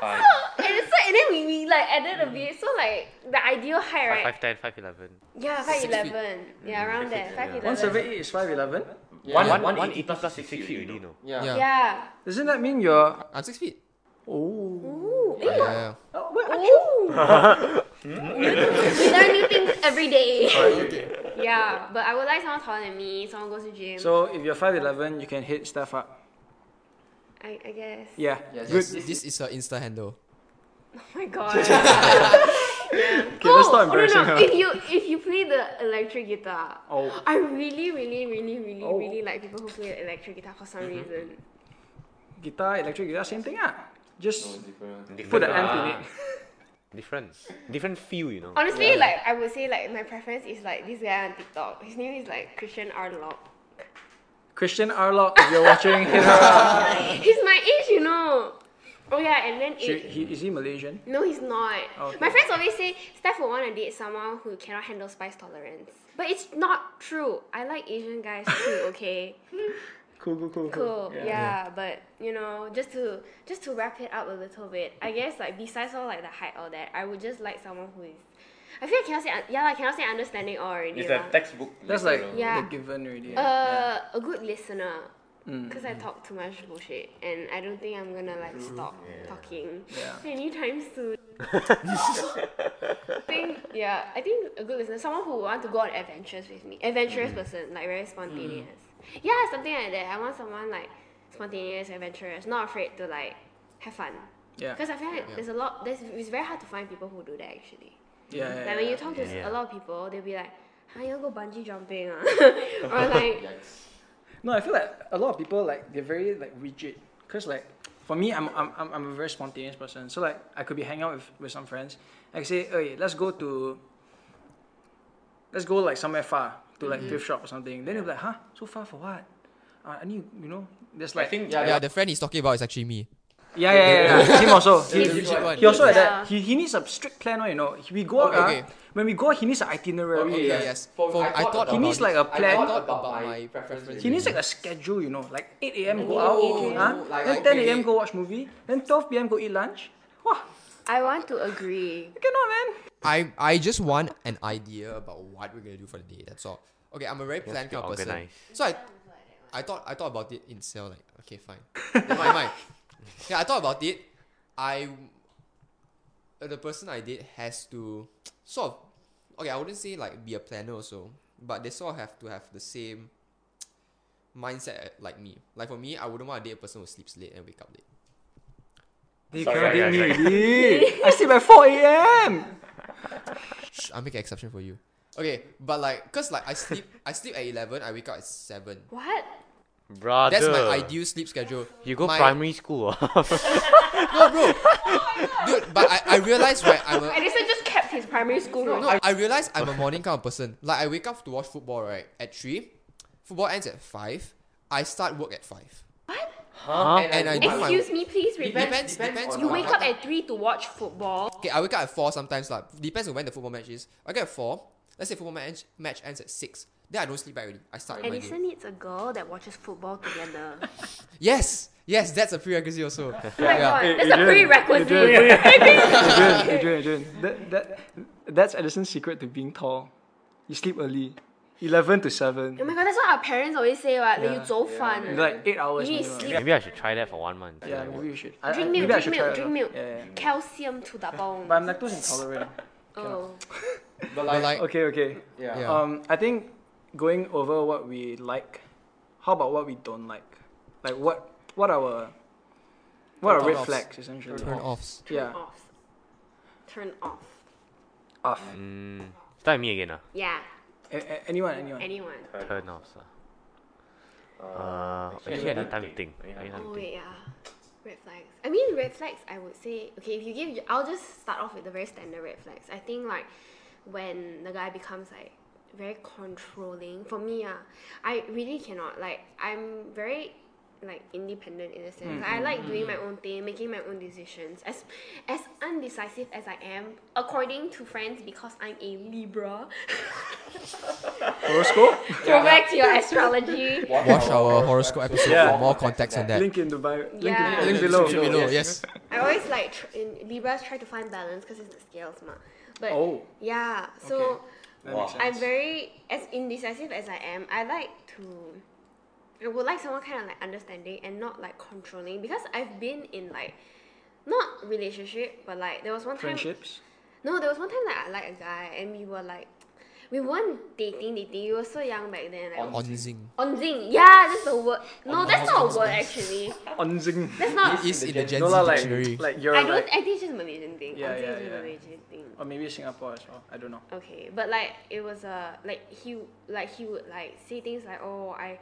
Five,
And so and then we, we like added a bit. So like the ideal height, right?
Five, five, ten, five, eleven.
Yeah, five eleven. Yeah, around there, five eleven.
One seven eight is five eleven.
One,
Yeah.
one, one,
One
eighty
eighty
plus
plus
six
six
feet
feet,
already,
you
no.
Yeah.
Yeah.
Yeah.
Doesn't that mean you're
I'm six feet.
oh?
Ooh. eh,
Yeah.
Oh, wait, aren't you-
Ooh. we learn new things every day. Yeah, but I would like someone taller than me, someone goes to gym.
So if you're five eleven, you can hit stuff up.
I, I guess.
Yeah,
Yes,
good.
this is her Insta handle.
Oh my god. okay,
Okay, let's stop embarrassing
oh, no, no.
her.
If you if you play the electric guitar,
Oh.
I really, really, really, really,
Oh.
really like people who play the electric guitar for some reason.
Guitar, electric guitar, same thing ah. Just
Different,
put an amp
ah.
in it.
Different. Different feel, you know.
Honestly, like I would say like my preference is like this guy on TikTok. His name is like Christian Arlock.
Christian Arlock, if you're watching, ah. hit her up.
He's my age, you know. Oh yeah, and then
She,
it,
he, is he Malaysian?
no, he's not.
Okay.
My friends always say Steph would want to date someone who cannot handle spice tolerance, but it's not true. I like Asian guys too. Okay.
Cool, cool, cool,
cool yeah. but you know just to just to wrap it up a little bit i guess like besides all like the height all that i would just like someone who is i feel I cannot say un- yeah like cannot say understanding all already
It's
lah.
a textbook.
That's like
literal.
Yeah.
the given already.
uh a good listener
Mm,
because I talk too much bullshit and I don't think I'm gonna like stop talking
Yeah.
anytime soon. think yeah, I think a good listener, someone who would want to go on adventures with me,
Mm.
adventurous person, like very spontaneous. Yeah, something like that. I want someone like spontaneous, adventurous, not afraid to like have fun.
Yeah.
Because I feel like there's a lot. There's it's very hard to find people who do that actually.
Yeah, yeah,
Like when
yeah.
you talk to
Yeah.
a lot of people, they'll be like, "Huh, you wanna go bungee jumping?" ah?" or like,
No, I feel like a lot of people like they're very like rigid. Cause like for me, I'm I'm I'm, I'm a very spontaneous person. So like I could be hanging out with, with some friends. I could say, hey, let's go to let's go like somewhere far to like thrift shop or something. Then they'll be like, huh, so far for what? Uh, I need you know. There's
I
like
think
Yeah,
Yeah, the friend he's talking about is actually me.
yeah yeah yeah, yeah. him also.
The
He,
rigid one.
he also like
Yeah.
that. He, he needs a strict plan. You know, He- we go out. ah,
Okay, okay.
When we go, out, he needs an itinerary.
Okay,
Yeah,
yeah.
yes.
For-
For-
I
I
thought about
thought
He needs
about
like
it.
a
I
plan.
thought about my preference.
He needs like a schedule, you know, like 8 a.m. go
Oh,
out, huh?
like-
then 10
like
a.m.
maybe-
go watch movie, then 12 p.m. go eat lunch. Wah,
I want to agree.
you cannot, man.
I I just want an idea about what we're gonna do for the day. That's all. Okay, I'm a very planned
be
kind of person.
organized.
So I, I thought I thought about it in cell. Like okay, fine, never mind, mind. Yeah, I thought about it. I, uh, the person I did has to sort of, okay, I wouldn't say like be a planner also, but they sort of have to have the same mindset uh, like me. Like for me, I wouldn't want to date a person who sleeps late and wake up late.
You
Sorry,
cannot date
sorry,
me
sorry,
already. I sleep at 4 a.m.
Shh, I'll make an exception for you. Okay, but like, cause like I sleep, I sleep at eleven. I wake up at seven.
What?
Brother.
That's my ideal sleep schedule.
You go
my,
primary school. ah.
No, bro. Dude, but I, I realize right, I'm a,
Edison just kept his primary school routine.
no, I realize I'm a morning kind of person. Like I wake up to watch football right at three, football ends at five. I start work at five.
Huh?
And I do my
Excuse me, please, Ruben.
Depends. Depends. on
You
how-
wake up at 3 to watch football.
Okay, I wake up at four sometimes lah. Depends on when the football match is. I get at four. Let's say football match match ends at six. Then I don't sleep back already. I start my day.
Edison needs a girl that watches football together.
Yes, yes, that's a prerequisite also.
oh my god,
Hey,
that's a
Adrian,
prerequisite.
Adrian, Adrian, Adrian, Adrian. That, that, that's Edison's secret to being tall. You sleep early, 11 to 7.
Oh my god, that's what our parents always say, what? That you
Yeah.
走 fun.
Like 8 hours.
You need
minimum.
sleep.
Maybe I should try that for one month.
Yeah,
Like,
maybe you should.
Drink milk,
maybe I
drink
should
milk,
try it
drink milk.
out. Yeah, yeah.
Calcium to the bone.
But I'm lactose intolerant.
oh.
But
But
like,
like,
Okay, okay.
yeah.
yeah.
Um, I think going over what we like, how about what we don't like? Like what what our what are red
Turn-offs.
flags essentially?
turn offs.
Yeah.
Off. Turn off.
Off.
Mm, start with me again. ah.
Yeah,
Ah, A- a- anyone, anyone.
anyone.
Turn offs. ah. Uh, actually, I need time to think. I
Oh,
need time to think.
wait, yeah. Red flags. I mean, red flags. I would say okay. If you give, I'll just start off with the very standard red flags. I think like when the guy becomes like very controlling. For me, ah, I really cannot. Like I'm very like independent in a sense. I like doing my own thing, making my own decisions. As as undecisive as I am, according to friends, because I'm a Libra.
Horoscope?
Go back to your astrology.
Watch our horoscope episode
Yeah.
for more context on that.
Link in the bio. Link,
Yeah.
in,
Link
link
in the
below.
description below, yes.
I always like tr- in Libras try to find balance because it's the scales ma. But
Oh.
yeah, so
Okay. That
Wow.
makes sense.
I'm very as indecisive as I am. I like to. I would like someone kind of like understanding and not like controlling because I've been in like, not relationship but like there was one time.
Friendships?
No, there was one time like I liked a guy and we were like, we weren't dating dating. We were so young back then. Like,
On Zing.
on zing, yeah, that's the word. No,
On-
that's
on-
not a
on-
word actually.
Onzing.
That's not.
Is in the Gen
No
Z
lah, like,
dictionary.
like you're
I don't.
like,
I think it's just Malaysian thing.
Yeah,
I think
yeah,
it's just
yeah.
Malaysian thing.
or maybe Singapore as well. I don't know.
Okay, but like it was a like he like he would like say things like oh I,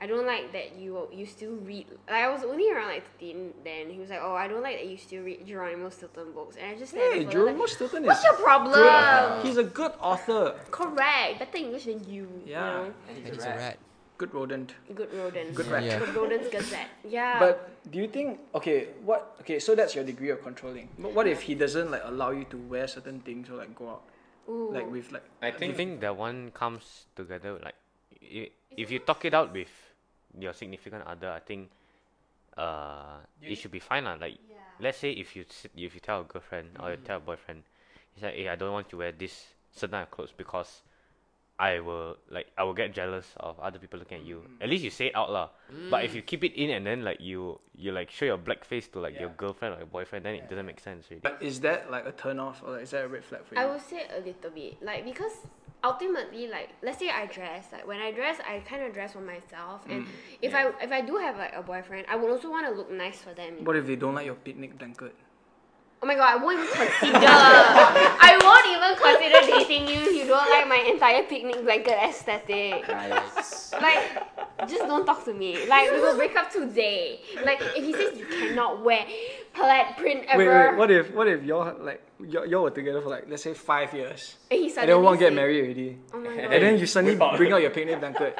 I don't like that you you still read like I was only around like thirteen then he was like oh I don't like that you still read Geronimo Stilton books and I just
Hey,
said
Jerome Stilton is
what's your problem?
good. He's a good author.
Correct, better English than you.
Yeah.
you
And it's a rat.
Good rodent.
know? good rodent.
Good
rat. Yeah.
Good rodent's gazette. Yeah.
But do you think okay, what okay, so that's your degree of controlling. But what if he doesn't like allow you to wear certain things or like go out?
Ooh.
Like with like
I
Do you think
think
that one comes together with, like i- if you talk it out with your significant other, I think uh it should be fine lah. Like let's say if you s- if you tell a girlfriend or you tell a boyfriend, he's like, hey, I don't want you to wear this certain type of clothes because I will like I will get jealous of other people looking at you. At least you say it out loud. But if you keep it in and then like you you like show your black face to like your
Yeah.
girlfriend or your boyfriend, then it doesn't make sense really.
but is that like a turn off or like, is that a red flag for you?
I would say a little bit, like because ultimately, like let's say I dress, like when I dress, I kind of dress for myself, and
Mm,
if I if I do have like a boyfriend, I would also want to look nice for them. you know?
What if they don't like your picnic blanket?
Oh my god, I won't even consider. I won't even consider dating you if you don't like my entire picnic blanket aesthetic. Like, just don't talk to me. Like, we will break up today. Like, if he says you cannot wear plaid print ever,
Wait, wait, what if what if y'all like y'all, y'all were together for like let's say five years?
and he
And
suddenly
then one get
say-
married already.
Oh my god.
And then you suddenly
Without-
bring out your picnic blanket.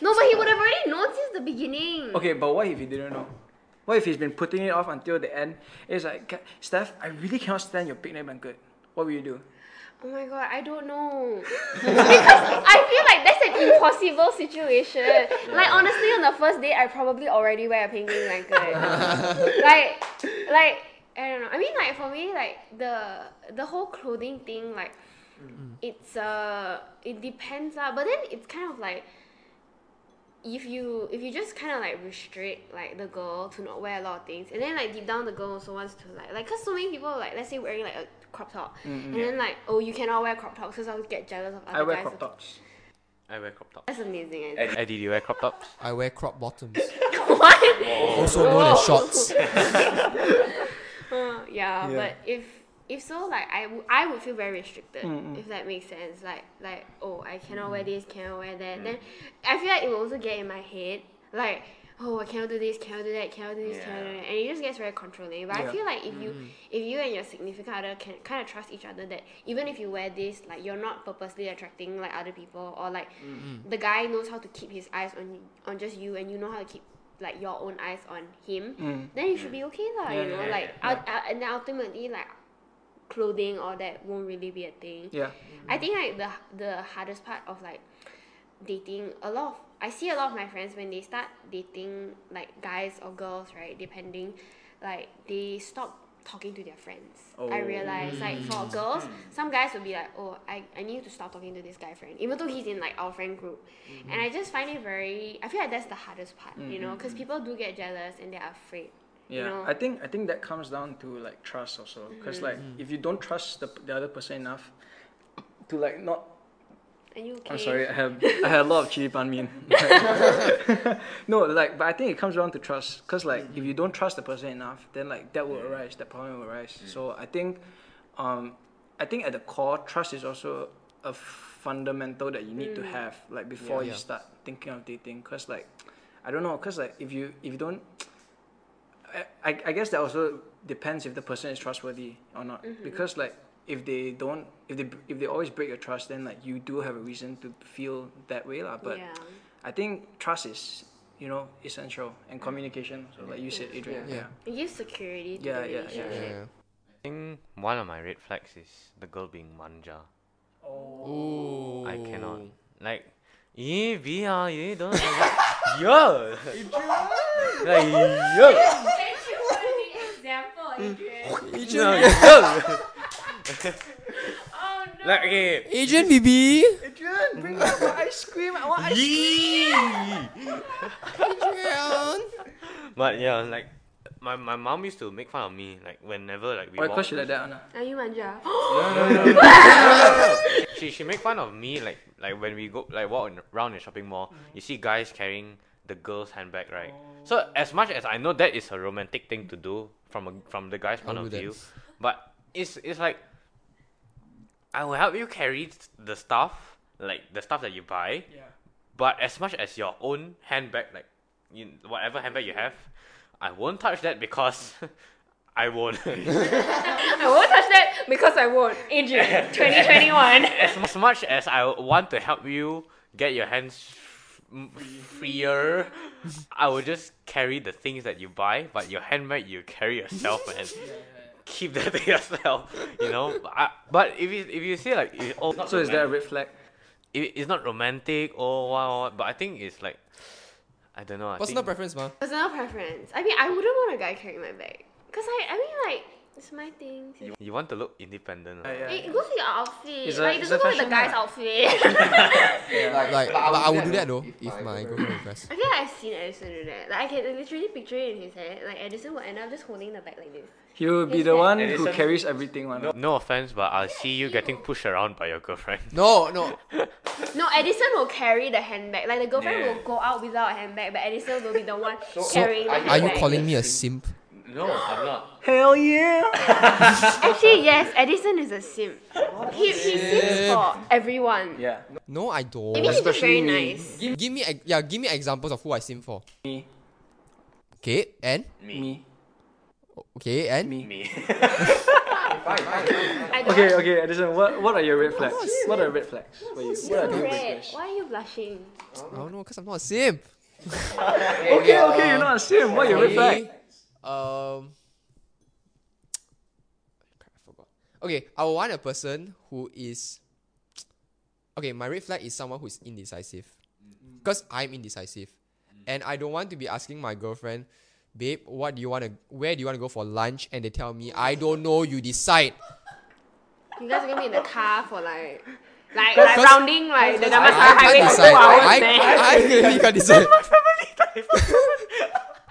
No, but he would have already known since the beginning.
Okay, but what if he didn't know? What if he's been putting it off until the end? It's like, "Ca- Steph, I really cannot stand your picnic blanket. What will you do?
Oh my god, I don't know. because I feel like that's an impossible situation. Like honestly, on the first date, I probably already wear a penguin blanket. like, like I don't know. I mean, like for me, like the the whole clothing thing, like
Mm.
it's uh it depends uh, but then it's kind of like if you if you just kind of like restrict like the girl to not wear a lot of things and then like deep down the girl also wants to like like because so many people like let's say wearing like a crop top and then like oh you cannot wear crop tops because I'll get jealous of
Mm,
other
I wear
guys
crop tops. Eh.
I wear crop tops.
that's amazing I
And-
Eddie, do you wear crop tops?
I wear crop bottoms.
think. what
Also known as
Whoa.
shorts.
Uh, yeah,
Yeah.
but if if so like I would I would feel very restricted if that makes sense like like oh I cannot wear this cannot wear that then I feel like it will also get in my head like oh I cannot do this cannot do that cannot do this cannot do
Yeah.
that and it just gets very controlling but
Yeah.
I feel like if you if you and your significant other can kind of trust each other that even if you wear this like you're not purposely attracting like other people or like the guy knows how to keep his eyes on on just you and you know how to keep like your own eyes on him then you should be okay lah
Yeah,
you know
yeah,
like ul- ul- and then ultimately like clothing or that won't really be a thing
Yeah.
i think like the the hardest part of like dating a lot of i see a lot of my friends when they start dating like guys or girls right depending like they stop talking to their friends i
Oh. Hmm.
realize like for girls some guys will be like oh I, I need to stop talking to this guy friend even though he's in like our friend group
Mm-hmm.
and i just find it very i feel like that's the hardest part you know because
Mm-hmm.
people do get jealous and they're afraid
Yeah,
you know? Mm-hmm.
I think I think that comes down to like trust also, because like
Mm.
if you don't trust the, the other person enough, to like not.
Are you okay?
I'm sorry, I have I had a lot of chili pan mein. no, like, but I think it comes down to trust, because like if
Mm-hmm.
you don't trust the person enough, then like that will arise, that problem will arise. So I think, um, I think at the core, trust is also a fundamental that you need
Mm.
to have like before you
Yeah.
start thinking of dating, because like, I don't know, because like if you if you don't I, I guess that also depends if the person is trustworthy or not.
Mm-hmm.
Because like if they don't, if they if they always break your trust, then like you do have a reason to feel that way, lah. But
yeah.
I think trust is you know essential and communication. So like you said, Adrian.
Yeah.
It gives security to
Yeah,
the
yeah, yeah,
relationship.
Yeah.
I think one of my red flags is the girl being manja.
Oh.
I cannot. Like, yeah, be ah, yeah, don't like, yo, like yo,
Thank you for the example,
Mm.
Adrian.
no, yo.
Oh no.
Like, okay,
Agent BB.
Adrian, bring out my ice cream. I want ice
yee.
Adrian.
But yeah, like my my mom used to make fun of me like whenever like we
Why
walk.
cause you like that, Anna?
Are you manja?
she she make fun of me like like when we go like walk in, around the shopping mall. You see guys carrying the girl's handbag, right? So as much as I know that is a romantic thing to do from a, from the guy's point
I'll
of
do that.
view, but it's it's like I will help you carry the stuff like the stuff that you buy,
Yeah.
but as much as your own handbag, like you, whatever handbag you have, I won't touch that because I won't.
I won't touch that because I won't. Adrian, 2021.
as, as much as I want to help you get your hands f- m- freer, I will just carry the things that you buy, but your handbag you carry yourself and keep that to yourself. You know, but, I, but if you if you say like it- oh,
So is that a red flag?
it, it's not romantic or what, what, what, but I think it's like I don't know. I
Personal
think,
preference, ma.
Personal preference. I mean, I wouldn't want a guy carrying my bag. Because I, I mean, like, it's my thing.
You, you want to look independent.
Yeah,
right?
yeah.
It goes with your outfit.
It's a-
like, it
it's
doesn't
a
go with the
fashion
guy's
lah.
outfit.
Like,
Like, but I would do that though if, my
girlfriend-
girlfriend requests.
I feel like I've seen Edison do that. Like, I can literally picture it in his head. Like, Edison will end up just holding the bag like this.
He will be the one
Edison-
who carries everything. One.
No offense, but I'll see you getting pushed around by your girlfriend.
No, no.
No, Edison will carry the handbag. Like, the girlfriend
Yeah.
will go out without a handbag, but Edison will be the one
So,
carrying the
are
Are
handbag.
you calling me a simp?
No, I'm not.
Hell yeah!
Actually, yes, Edison is a simp. He, he simps for everyone.
Yeah.
No, I don't.
Maybe he's just very
Especially me.
nice.
Give, give me ex- yeah, give me examples of who I simp for.
Me.
Okay, and
Me.
okay, and
Me.
Me.
Fine, fine, fine.
I don't
Okay, okay, Edison. What what are your red flags? What are red flags? for you? What are deal
Red,
breakers?
why are you blushing?
I don't know, cause I'm not a simp.
Okay, okay, you're not a sim. What are your red flag?
Um. Crap, I forgot. Okay, I would want a person who is. Okay, my red flag is someone who is indecisive, because I'm indecisive, and I don't want to be asking my girlfriend, babe, what do you want to, where do you want to go for lunch, and they tell me I don't know, you decide.
You guys are gonna be in the car for like, like,
Cause-
like rounding like the
I, I
Damask Highway
can't
for two
decide.
hours,
I,
man.
I, really can't decide.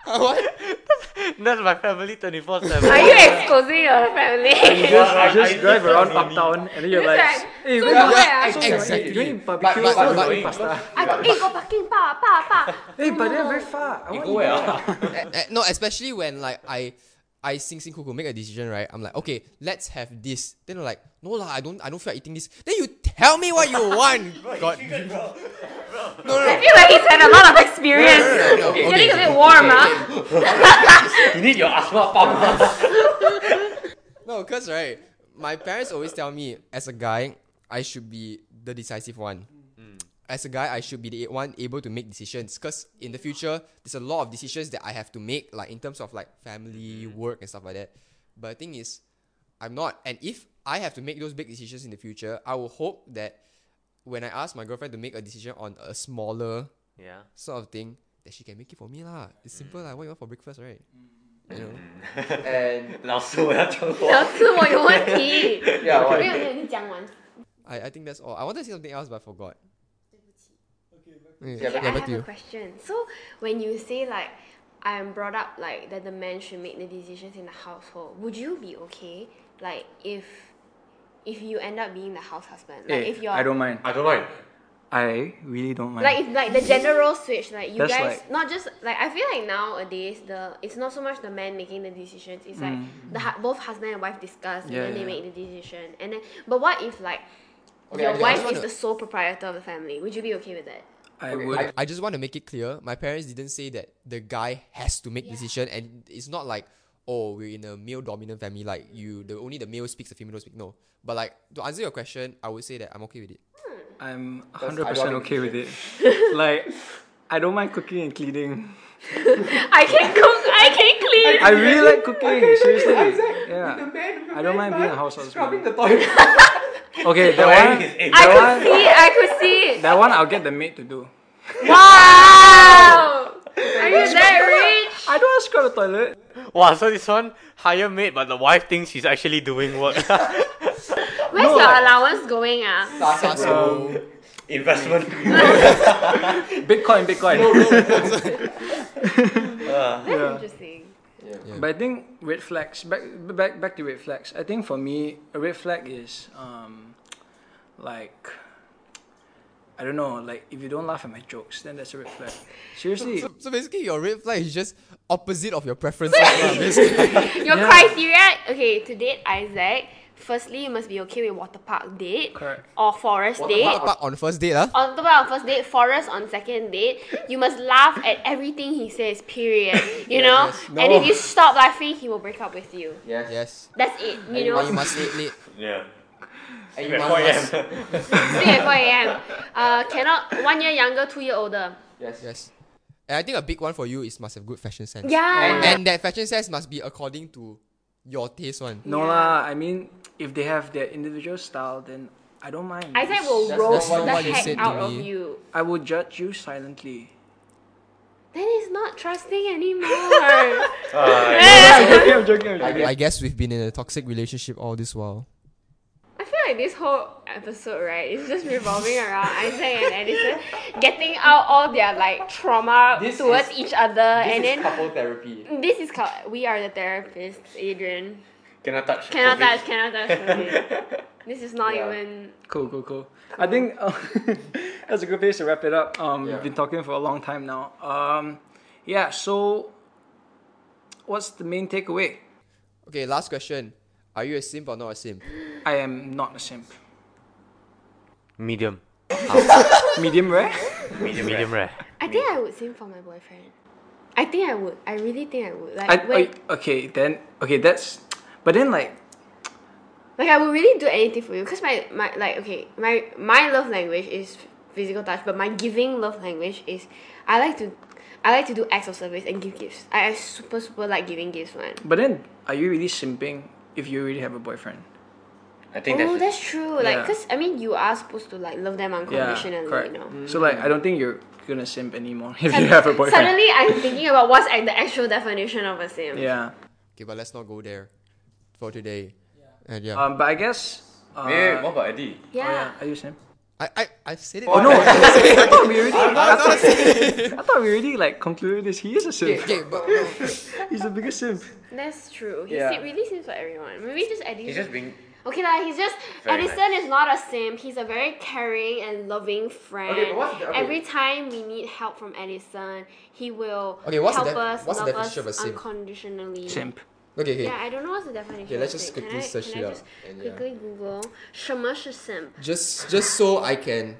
what?
That's my family 24
Are
7.
you exposing your family?
You just,
I-
you just
I-
drive
I-
around uptown and then you're
Just
like,
like,
hey,
so
where
you
are
where are
ex-
you?
exactly.
you going to barbecue
But- but-
or
but-
going pasta?
I got eh, go parking, pa, pa, pa.
Hey, but they're very far. I want
Go
you
where?
there.
ah?
Eh, eh, no, especially when like I, I sing sing cuckoo make a decision right. I'm like, okay, let's have this. Then I'm like, no lah, I don't, I don't feel like eating this. Then you tell me what you want. God, no, no,
I
no.
feel like he's had a lot of experience.
no, okay.
Getting a bit warm, huh?
You need your asthma pump.
No, cause right, my parents always tell me as a guy, I should be the decisive one. As a guy, I should be the one able to make decisions. Cause in the future, there's a lot of decisions that I have to make, like in terms of like family, work, and stuff like that. But the thing is, I'm not. And if I have to make those big decisions in the future, I will hope that when I ask my girlfriend to make a decision on a smaller
Yeah.
sort of thing, that she can make it for me lah. It's simple like what you want for breakfast, right? You know.
And
老师，我要成功。
你要吃我有问题。
yeah, what?
没有，没有，你讲完。
I, I think that's all. I wanted to say something else, but I forgot. Okay,
Okay, I
yeah, back to
have a
you.
question. So when you say like I am brought up like that the man should make the decisions in the household, would you be okay like if if you end up being the house husband? Like
Hey,
if you're
Eh, I don't mind.
I don't mind.
I really don't mind.
like if like the general switch, like you
That's
guys
like-
not just like I feel like nowadays the it's not so much the man making the decisions. It's like the hu- both husband and wife discuss
Mm. Yeah,
and
yeah.
then they make the decision. And then but what if like
Okay,
your
okay, I
wife
just
is
wanna-
the sole proprietor of the family? Would you be okay with that?
I
Okay,
would.
I, I just want to make it clear. My parents didn't say that the guy has to make decision, and it's not like oh we're in a male dominant family. Like you, the only the male speaks, the female don't speak. No, but like to answer your question, I would say that I'm okay with it.
I'm
That's
100 percent
ironic.
okay with it. like, I don't mind cooking and cleaning.
I can cook. I can clean.
I really like cooking. Seriously,
The
yeah.
man, the
I don't
man
mind being a
man
household
Scrubbing the
spirit.
toilet.
Okay, that
Wearing
one,
his apron.
I could see. I could see.
that one, I'll get the maid to do.
Wow. Are you that rich?
I don't want to scrub the toilet.
Wow, so this one higher maid, but the wife thinks she's actually doing work.
Where's your allowance going? Ah.
Sasso.
Investment.
Bitcoin, Bitcoin.
Uh,
That's
Yeah.
interesting.
But I think red flags. Back back back to red flags. I think for me, a red flag is um, like I don't know. Like if you don't laugh at my jokes, then that's a red flag. Seriously,
So basically, your red flag is just opposite of your preferences. lah, basically.
Your
Yeah.
criteria, okay, to date Isaac, firstly you must be okay with water park date
correct.
or forest
Water
date.
park.
Park on first date, huh?
On top of first date, forest on second date, you must laugh at everything he says. Period. You know, and if you stop laughing, he will break up with you.
Yes.
Yes.
That's it.
And
You
Or
know,
you must late late.
yeah.
And you
At
must-
4 a.m.
sleep at four a.m. Uh, cannot one year younger, two year older.
Yes.
Yes. And I think a big one for you is must have good fashion sense.
Yeah.
And that fashion sense must be according to your taste one.
No
Yeah.
lah. I mean, if they have their individual style, then I don't mind.
Isaac will
That's
roll
not what-
the
what you
heck
said to
out of
me.
you.
I will judge you silently.
Then it's not trusting anymore.
Uh,
I'm joking. I'm joking. I'm joking.
I guess we've been in a toxic relationship all this while.
I feel like this whole episode, right, is just revolving around Isaac and Edison getting out all their like trauma
This
towards
is-
each other,
This
and
is
then
couple therapy.
this is called we are the therapist, Adrian.
cannot touch.
Cannot
COVID.
touch, cannot touch. COVID. this is not
Yeah.
even.
Cool, cool, cool. I think uh, that's a good place to wrap it up. Um,
Yeah.
We've been talking for a long time now. Um, yeah. So, what's the main takeaway?
Okay, last question. Are you a simp or not a simp?
I am not a simp.
medium,
Medium rare.
medium, medium rare.
I think I would sing for my boyfriend. I think I would. I really think I would. Like,
I,
when,
I, okay, then okay, that's. But then like
like I would really do anything for you. Cause my my like okay, my my love language is physical touch, but my giving love language is I like to. I like to do acts of service and give gifts. I, I super super like giving gifts, man.
But then, are you really simping if you already have a boyfriend?
I think
oh,
that's,
that's true. Like,
Yeah.
cause I mean, you are supposed to like love them
Yeah,
unconditionally,
correct.
you know.
So like, I don't think you're gonna simp anymore if you have a boyfriend.
Suddenly, I'm thinking about what's like, the actual definition of a sim.
Yeah.
Okay, but let's not go there for today. And yeah.
Um, but I guess. Uh,
Wait, wait, what about Eddie?
oh,
Yeah.
yeah. Are you simp?
I, I, I said it.
Oh no! I thought we already. I
not a
thought,
simp.
I thought we already like concluded this. He is a simp.
okay, but
He's the biggest simp.
That's true. He
Yeah.
se- really seems for everyone. Maybe just Edison.
He's just being.
okay, lah. he's just
Very
Edison is not a sim. He's a very caring and loving friend.
Okay, but what's the- okay.
Every time we need help from Edison, he will
Okay, what's the
help
def-
us
what's the
love us
definition of a sim?
unconditionally.
Simp.
okay, okay.
Yeah, I don't know what's the definition.
Okay, let's
of
just
it. Can
quickly
I-
search
can
it
I
up
just
and, yeah.
Quickly Google 什么是 simp.
Just just so I can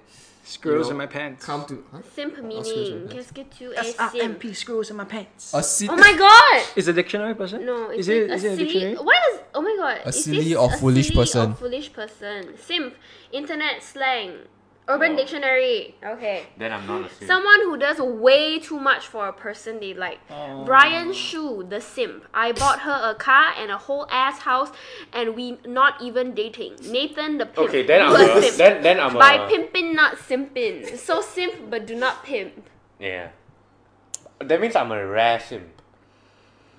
Squirrels
You
in
know,
my pants.
come to huh?
Simp meaning. Qu'est-ce que tu es
S R M
simp?
P. Squirrels in my pants.
a simp.
Oh my god!
Is a dictionary person?
No, it's
Is it?
a
Is it a
silly.
dictionary?
What is? Oh my god!
A
is
silly
this
or
a
foolish
silly
person.
Or foolish person. Simp. Internet slang.
Oh.
Urban dictionary. Okay.
Then I'm not a simp.
Someone who does way too much for a person they like.
Oh.
Brian Shu, the simp. I bought her a car and a whole ass house, and we not even dating. Nathan the pimp.
Okay, then I'm
you
a then then I'm
By
a
pimping, not simping. So simp, but do not pimp.
yeah. That means I'm a rare simp.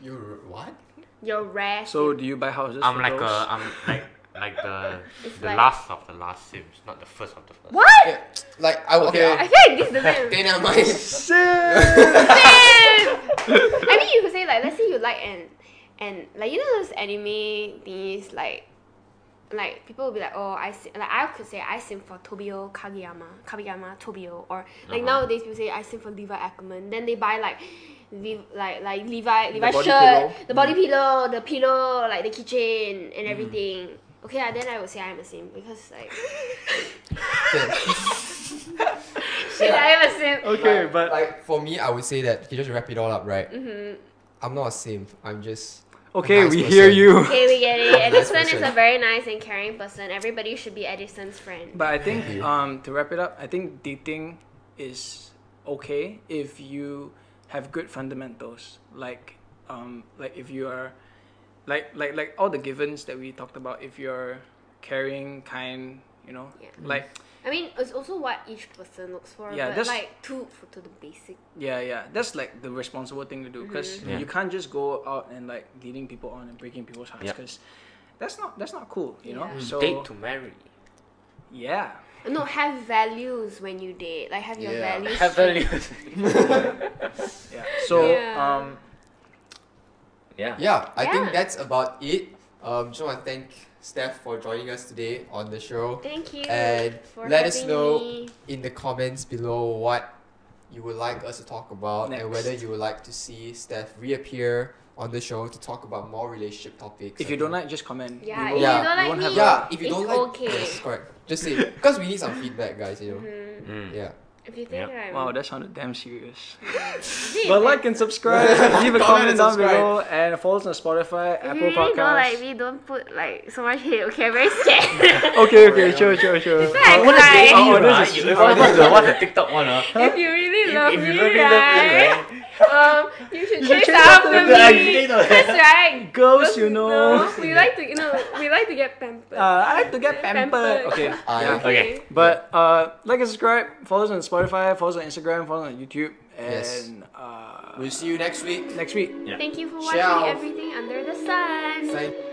You what?
You're rash.
So do you buy houses?
I'm
for
like
those?
a I'm like like the
It's
the
like-
last of the last sims, not the first of the first.
what?
Yeah, like I okay.
I
okay.
feel like this doesn't.
Okay, never mind.
I mean, you could say like, let's say you like and and like you know those anime things like. Like people will be like, oh, I sim-, like I could say I sim for Tobio Kageyama, Kageyama Tobio, or like
Uh-huh.
nowadays people say I sim for Levi Ackerman. Then they buy like, Lev- like like Levi Levi
body
shirt,
pillow. Mm.
the body pillow, the pillow, like the kitchen and everything. Okay, ah, lah, then I would say I'm a sim because like
Okay.
Should I have a simp?
Oh,
Okay,
Like-
but
Like for me, I would say that okay, just to wrap it all up, right?
Mm-hmm.
I'm not a simp. I'm just
okay,
nice
we hear
person.
you.
Okay, we get it. Edison is a
person.
very nice and caring person. Everybody should be Edison's friend.
But I think
Thank you.
um, to wrap it up, I think dating is okay if you have good fundamentals, like um, like if you are, like like like all the givens that we talked about. If you're caring, kind, you know,
Yeah.
like
I mean, it's also what each person looks for.
Yeah,
but
that's-
like to to the basic.
yeah, yeah, that's like the responsible thing to do because
Mm-hmm.
Yeah.
you can't just go out and like leading people on and breaking people's hearts
Yeah. Mm.
because that's not that's not cool, you know.
Yeah.
So
Date to marry.
yeah,
No, have values when you date. Like have your
Yeah.
values.
Have values.
yeah. So
Yeah.
um,
yeah.
yeah. I
Yeah.
think that's about it. Um, just want to thank Steph for joining us today on the show.
Thank you.
And
for
let us
having
know-
me.
in the comments below what you would like us to talk about and whether
Next.
you would like to see Steph reappear on the show to talk about more relationship topics.
if
I
you don't
think.
like, just comment.
Yeah,
We
if
won't-
you
Yeah.
don't
we
like
won't
me,
have
yeah, if you
it's
don't like,
okay.
yes, correct. Just say because we need some feedback, guys. You know,
Mhm.
Mm.
yeah.
If you think I'm
Wow, that sounded damn serious.
Is it
But
offensive?
like and subscribe, leave a
Comment
comment
and
down
subscribe.
below, and follow us on Spotify,
If
Apple
Mm-hmm, you really don't hmm, like
Podcasts.
me, don't put like so much hate. Okay, I'm very scared.
Okay, okay, sure, sure, sure.
I
Uh,
cry.
oh, oh,
Ah,
this is-
you- what's the- what's the TikTok one, ah?
if you really love
if you
me,
love me, love me,
right? um, you should
You should
chase
chase
after
after
me.
the
exit or-
That's right.
Girls, you know.
No, we like to, you know, we like to get pampered.
Uh, I have to get pampered.
Pampered.
Okay.
I-
Yeah.
Okay.
But uh, like and subscribe, follow us on Spotify, follow us on Instagram, follow us on YouTube,
Yes.
and uh,
We'll see you next week.
next week.
Thank you for watching
Ciao.
everything under the sun.
Thank-